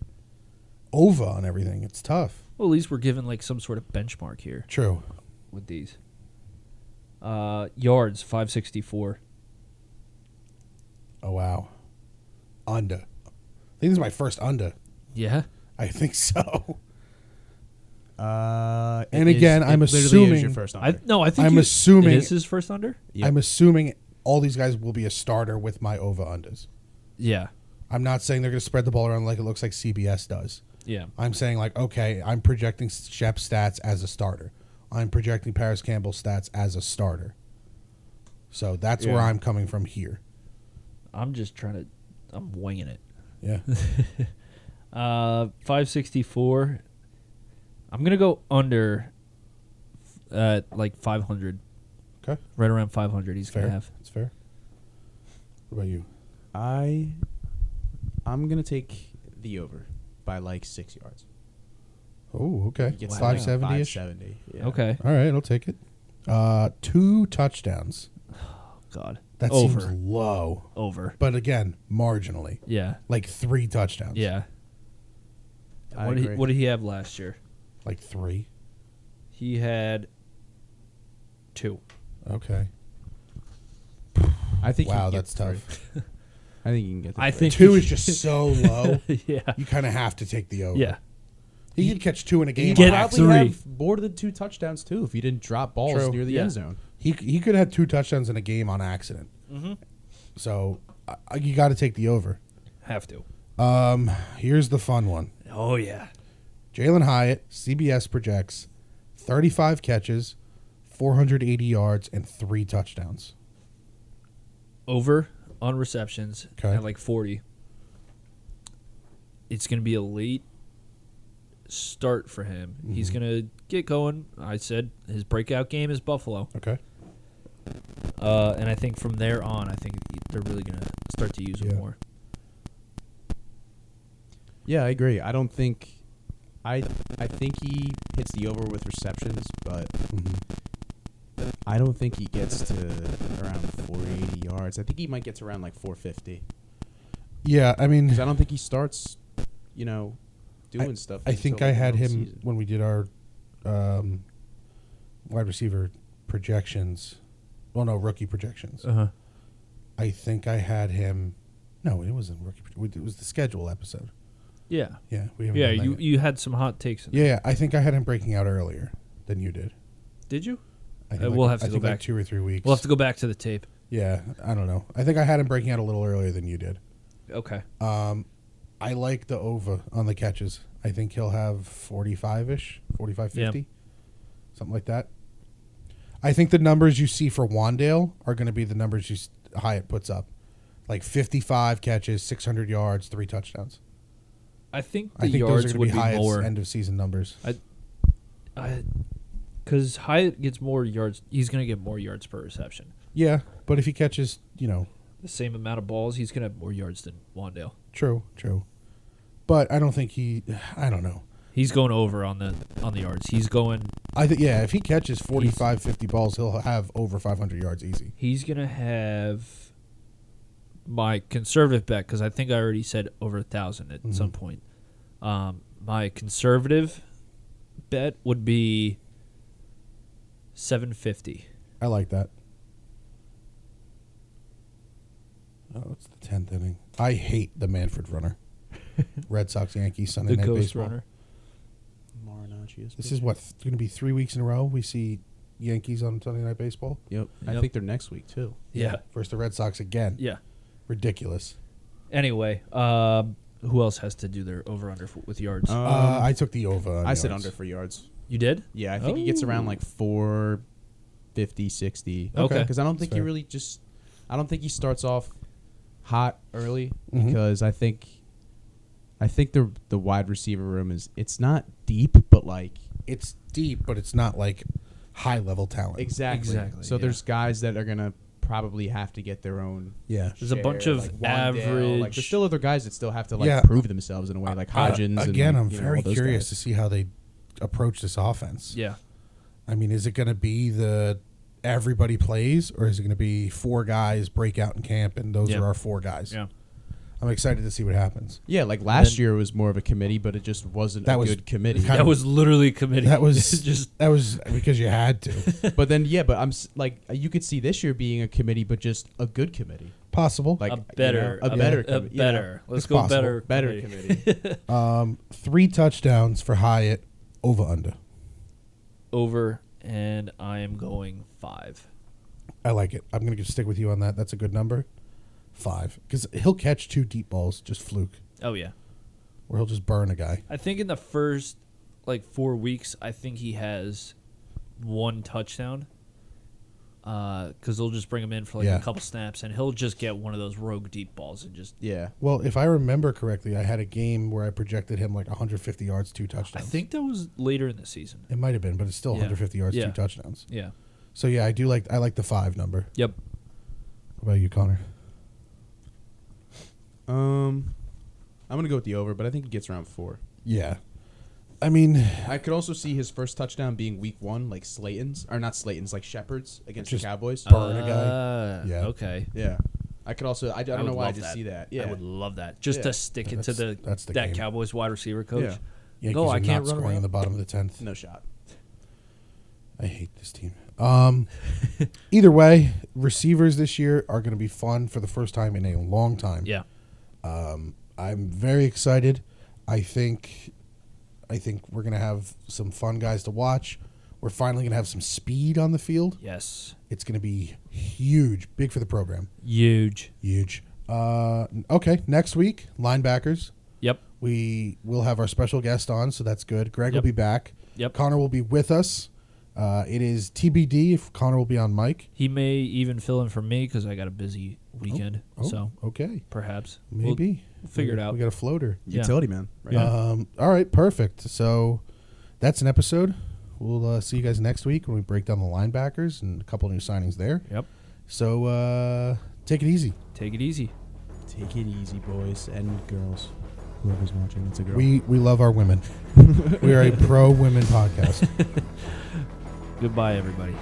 Speaker 2: over on everything. It's tough.
Speaker 3: Well, at least we're given like some sort of benchmark here
Speaker 2: True.
Speaker 3: with these. Uh, yards 564.
Speaker 2: Oh, wow. Under. I think this is my first under.
Speaker 3: Yeah.
Speaker 2: I think so.
Speaker 4: Uh,
Speaker 2: And
Speaker 4: it is-
Speaker 2: again,
Speaker 4: it
Speaker 2: I'm
Speaker 4: literally is
Speaker 2: assuming-
Speaker 4: your first
Speaker 3: I
Speaker 4: under.
Speaker 3: no, I think
Speaker 2: I'm
Speaker 3: you-
Speaker 2: assuming-
Speaker 3: it is his first under.
Speaker 4: Yeah.
Speaker 2: I'm assuming all these guys will be a starter with my over unders.
Speaker 3: Yeah,
Speaker 2: I'm not saying they're going to spread the ball around like it looks like CBS does.
Speaker 3: yeah,
Speaker 2: I'm saying like, okay, I'm projecting Shep stats as a starter. I'm projecting Paris Campbell stats as a starter. So that's where
Speaker 4: Yeah.
Speaker 2: I'm coming from here.
Speaker 3: I'm just trying to, I'm winging it.
Speaker 2: Yeah.
Speaker 3: Uh, 564. I'm gonna go under. Uh, like 500,
Speaker 2: okay.
Speaker 3: right around 500. He's
Speaker 2: It's fair.
Speaker 3: gonna have.
Speaker 2: It's fair. What about you?
Speaker 4: I I'm gonna take the over by like six yards.
Speaker 2: Oh, okay.
Speaker 4: He gets like
Speaker 2: Five seventy ish.
Speaker 4: 570, yeah.
Speaker 3: Okay.
Speaker 2: All right, I'll take it. Uh, two touchdowns.
Speaker 3: Oh, God.
Speaker 2: That
Speaker 3: over.
Speaker 2: seems low,
Speaker 3: over.
Speaker 2: but again, marginally.
Speaker 3: Yeah.
Speaker 2: Like three touchdowns.
Speaker 3: Yeah.
Speaker 4: I
Speaker 3: what, did he,
Speaker 4: agree.
Speaker 3: what did he have last year?
Speaker 2: Like three.
Speaker 3: He had two.
Speaker 2: Okay.
Speaker 4: I think he
Speaker 2: Wow,
Speaker 4: can get
Speaker 2: that's tough.
Speaker 4: three. I think you can get. the
Speaker 3: I
Speaker 4: three.
Speaker 3: think
Speaker 2: Two is just so low.
Speaker 3: yeah.
Speaker 2: You kind of have to take the over.
Speaker 3: Yeah.
Speaker 2: He could catch two in a game.
Speaker 3: get
Speaker 2: on
Speaker 3: out-
Speaker 2: accident.
Speaker 4: probably
Speaker 3: three.
Speaker 4: have more than two touchdowns too if you didn't drop balls
Speaker 2: True.
Speaker 4: near the
Speaker 3: Yeah.
Speaker 4: end zone.
Speaker 2: He he could have two touchdowns in a game on accident. So uh, you got to take the over.
Speaker 3: Have to.
Speaker 2: Um, here's the fun one.
Speaker 3: Oh yeah.
Speaker 2: Jalen Hyatt, CBS projects 35 catches, 480 yards, and three touchdowns.
Speaker 3: Over on receptions
Speaker 2: Okay.
Speaker 3: at like forty. It's gonna be a late start for him. He's
Speaker 2: Mm-hmm.
Speaker 3: gonna get going. I said his breakout game is Buffalo.
Speaker 2: Okay.
Speaker 3: Uh, and I think from there on, I think they're really gonna start to use him
Speaker 2: Yeah.
Speaker 3: more.
Speaker 4: Yeah, I agree. I don't think I I think he hits the over with receptions, but
Speaker 2: Mm-hmm.
Speaker 4: I don't think he gets to around 480 yards. I think he might get to around like 450
Speaker 2: Yeah, I mean,
Speaker 4: because I don't think he starts, you know, doing stuff.
Speaker 2: I
Speaker 4: until
Speaker 2: think
Speaker 4: like
Speaker 2: I
Speaker 4: the
Speaker 2: had
Speaker 4: middle
Speaker 2: him
Speaker 4: of the season.
Speaker 2: when we did our um, wide receiver projections. Well, no, rookie projections.
Speaker 3: huh.
Speaker 2: I think I had him. No, it wasn't rookie. pro- It was the schedule episode.
Speaker 3: Yeah.
Speaker 2: Yeah, we haven't
Speaker 3: Yeah.
Speaker 2: done that
Speaker 3: You
Speaker 2: yet.
Speaker 3: you had some hot takes. In
Speaker 2: yeah, yeah, I think I had him breaking out earlier than you did.
Speaker 3: Did you?
Speaker 2: I think
Speaker 3: Uh,
Speaker 2: like-
Speaker 3: we'll have to
Speaker 2: I
Speaker 3: go
Speaker 2: think like
Speaker 3: back.
Speaker 2: two or three weeks.
Speaker 3: We'll have to go back to the tape.
Speaker 2: Yeah, I don't know. I think I had him breaking out a little earlier than you did.
Speaker 3: Okay.
Speaker 2: Um, I like the over on the catches. I think he'll have 45 ish, 45
Speaker 3: Yeah.
Speaker 2: 50, something like that. I think the numbers you see for Wandale are going to be the numbers you s- Hyatt puts up like 55 catches, 600 yards, three touchdowns.
Speaker 3: I think the
Speaker 2: I think
Speaker 3: yards
Speaker 2: those are
Speaker 3: would
Speaker 2: going to be
Speaker 3: be
Speaker 2: Hyatt's
Speaker 3: more.
Speaker 2: end of season numbers.
Speaker 3: Because Hyatt gets more yards. He's going to get more yards per reception.
Speaker 2: Yeah, but if he catches, you know,
Speaker 3: The same amount of balls, he's going to have more yards than Wandale.
Speaker 2: true, true. But I don't think he, I don't know.
Speaker 3: He's going over on the on the yards. He's going.
Speaker 2: I think, yeah, if he catches 45, 50 balls, he'll have over 500 yards easy.
Speaker 3: He's going to have my conservative bet because I think I already said over a thousand at some
Speaker 2: Mm-hmm.
Speaker 3: point. Um, my conservative bet would be seven fifty.
Speaker 2: I like that. Oh, it's the tenth inning. I hate the Manfred runner. Red Sox Yankees Sunday
Speaker 3: The
Speaker 2: night
Speaker 3: ghost
Speaker 2: baseball.
Speaker 3: runner.
Speaker 4: Marinacci is
Speaker 2: This
Speaker 4: big.
Speaker 2: is what going to be three weeks in a row. We see Yankees on Sunday night baseball.
Speaker 4: Yep. I
Speaker 3: Yep.
Speaker 4: think they're next week too.
Speaker 3: Yeah.
Speaker 2: versus the Red Sox again.
Speaker 3: Yeah.
Speaker 2: ridiculous.
Speaker 3: Anyway, um, who else has to do their over under f- with yards?
Speaker 4: Um,
Speaker 2: uh, I took the over. on
Speaker 4: I said
Speaker 2: yards. Oh.
Speaker 4: under for yards.
Speaker 3: you did?
Speaker 4: Yeah, I think he gets around like 450, 60.
Speaker 3: Okay.
Speaker 4: Because I don't think he
Speaker 2: Fair.
Speaker 4: really just, I don't think he starts off hot early
Speaker 2: Mhm.
Speaker 4: because I think, I think the the wide receiver room is it's not deep, but like
Speaker 2: It's deep, but it's not like high level talent.
Speaker 4: exactly.
Speaker 3: Exactly,
Speaker 4: So
Speaker 3: yeah.
Speaker 4: there's guys that are gonna probably have to get their own.
Speaker 2: Yeah.
Speaker 3: There's a
Speaker 4: share,
Speaker 3: bunch of
Speaker 4: like Wandale, Like,
Speaker 3: average-
Speaker 4: there's still other guys that still have to like
Speaker 2: Yeah.
Speaker 4: prove themselves in a way, like Hodgins.
Speaker 2: Uh,
Speaker 4: and,
Speaker 2: again, I'm
Speaker 4: you know,
Speaker 2: very
Speaker 4: all those
Speaker 2: curious to
Speaker 4: guys.
Speaker 2: see how they approach this offense.
Speaker 3: Yeah.
Speaker 2: I mean, is it going to be the everybody plays, or is it going to be four guys break out in camp and those
Speaker 3: Yeah.
Speaker 2: are our four guys?
Speaker 3: Yeah.
Speaker 2: I'm excited to see what happens.
Speaker 4: Yeah, like last
Speaker 3: then-
Speaker 4: year was more of a committee, but it just wasn't
Speaker 2: That
Speaker 4: a
Speaker 2: was
Speaker 4: good committee.
Speaker 2: kind
Speaker 3: That was literally committed.
Speaker 2: That was
Speaker 3: just
Speaker 2: that was because you had to.
Speaker 4: But then, yeah, but I'm s- like, you could see this year being a committee, but just a good committee,
Speaker 2: Possible.
Speaker 4: like
Speaker 3: a
Speaker 4: you know,
Speaker 3: better,
Speaker 4: a better,
Speaker 3: a
Speaker 4: commi- you know,
Speaker 3: better. Let's
Speaker 2: It's
Speaker 3: go
Speaker 2: possible.
Speaker 3: better,
Speaker 4: better
Speaker 3: committee.
Speaker 4: committee.
Speaker 2: um, three touchdowns for Hyatt over under.
Speaker 3: over, and I am going five.
Speaker 2: I like it. I'm going to stick with you on that. That's a good number. Five, because he'll catch two deep balls, just fluke,
Speaker 3: Oh yeah,
Speaker 2: or he'll just burn a guy.
Speaker 3: I think in the first like four weeks, I think he has one touchdown. Because they'll just bring him in for like
Speaker 2: Yeah.
Speaker 3: a couple snaps, and he'll just get one of those rogue deep balls and just.
Speaker 4: yeah,
Speaker 2: Well, if I remember correctly, I had a game where I projected him like 150 yards, two touchdowns.
Speaker 3: I think that was later in the season.
Speaker 2: It might have been, but it's still
Speaker 3: Yeah.
Speaker 2: 150 yards,
Speaker 3: Yeah.
Speaker 2: two touchdowns.
Speaker 3: Yeah.
Speaker 2: So yeah, I do like I like the five number.
Speaker 3: Yep.
Speaker 2: What about you, Connor?
Speaker 4: um, I'm gonna go with the over, but I think he gets around four.
Speaker 2: Yeah, I mean,
Speaker 4: I could also see his first touchdown being week one, like Slayton's, or not Slayton's, like Shepard's against
Speaker 2: Just
Speaker 4: the Cowboys.
Speaker 2: burn a guy.
Speaker 3: Ah,
Speaker 2: Uh, Yeah.
Speaker 3: Okay.
Speaker 4: yeah, I could also. I, I don't
Speaker 3: would
Speaker 4: know why I
Speaker 3: love
Speaker 4: just see that.
Speaker 3: I
Speaker 4: Yeah,
Speaker 3: would love that. Just
Speaker 4: Yeah.
Speaker 3: to stick into the,
Speaker 2: That's- that's the
Speaker 3: that
Speaker 2: game.
Speaker 3: Cowboys wide receiver coach.
Speaker 4: Yeah.
Speaker 2: Yankees
Speaker 3: no, I
Speaker 2: are
Speaker 3: can't
Speaker 2: not
Speaker 3: run
Speaker 2: scoring
Speaker 3: around.
Speaker 2: in the bottom of the tenth.
Speaker 4: no shot.
Speaker 2: I hate this team. Um, either way, receivers this year are going to be fun for the first time in a long time.
Speaker 3: Yeah.
Speaker 2: I'm very excited. I think, I think we're going to have some fun guys to watch. We're finally going to have some speed on the field.
Speaker 3: Yes.
Speaker 2: It's going to be huge, big for the program.
Speaker 3: Huge.
Speaker 2: Huge. Uh, okay, next week, linebackers.
Speaker 3: Yep.
Speaker 2: We will have our special guest on, so that's good. Greg
Speaker 3: Yep.
Speaker 2: will be back.
Speaker 3: Yep.
Speaker 2: Connor will be with us. Uh, it is TBD if Connor will be on mic.
Speaker 3: He may even fill in for me because I got a busy weekend.
Speaker 2: Oh,
Speaker 3: So
Speaker 2: okay,
Speaker 3: perhaps We'll-
Speaker 2: maybe
Speaker 3: figure it out.
Speaker 2: We got a floater.
Speaker 3: Yeah.
Speaker 4: Utility man. Right
Speaker 3: Yeah.
Speaker 2: Um, all right, perfect. So that's an episode. We'll uh, see you guys next week when we break down the linebackers and a couple new signings there.
Speaker 3: Yep.
Speaker 2: So uh, take it easy.
Speaker 3: Take it easy.
Speaker 4: Take it easy, boys and girls. Whoever's watching, it's a girl.
Speaker 2: We we love our women. we are a pro women podcast.
Speaker 3: Goodbye, everybody.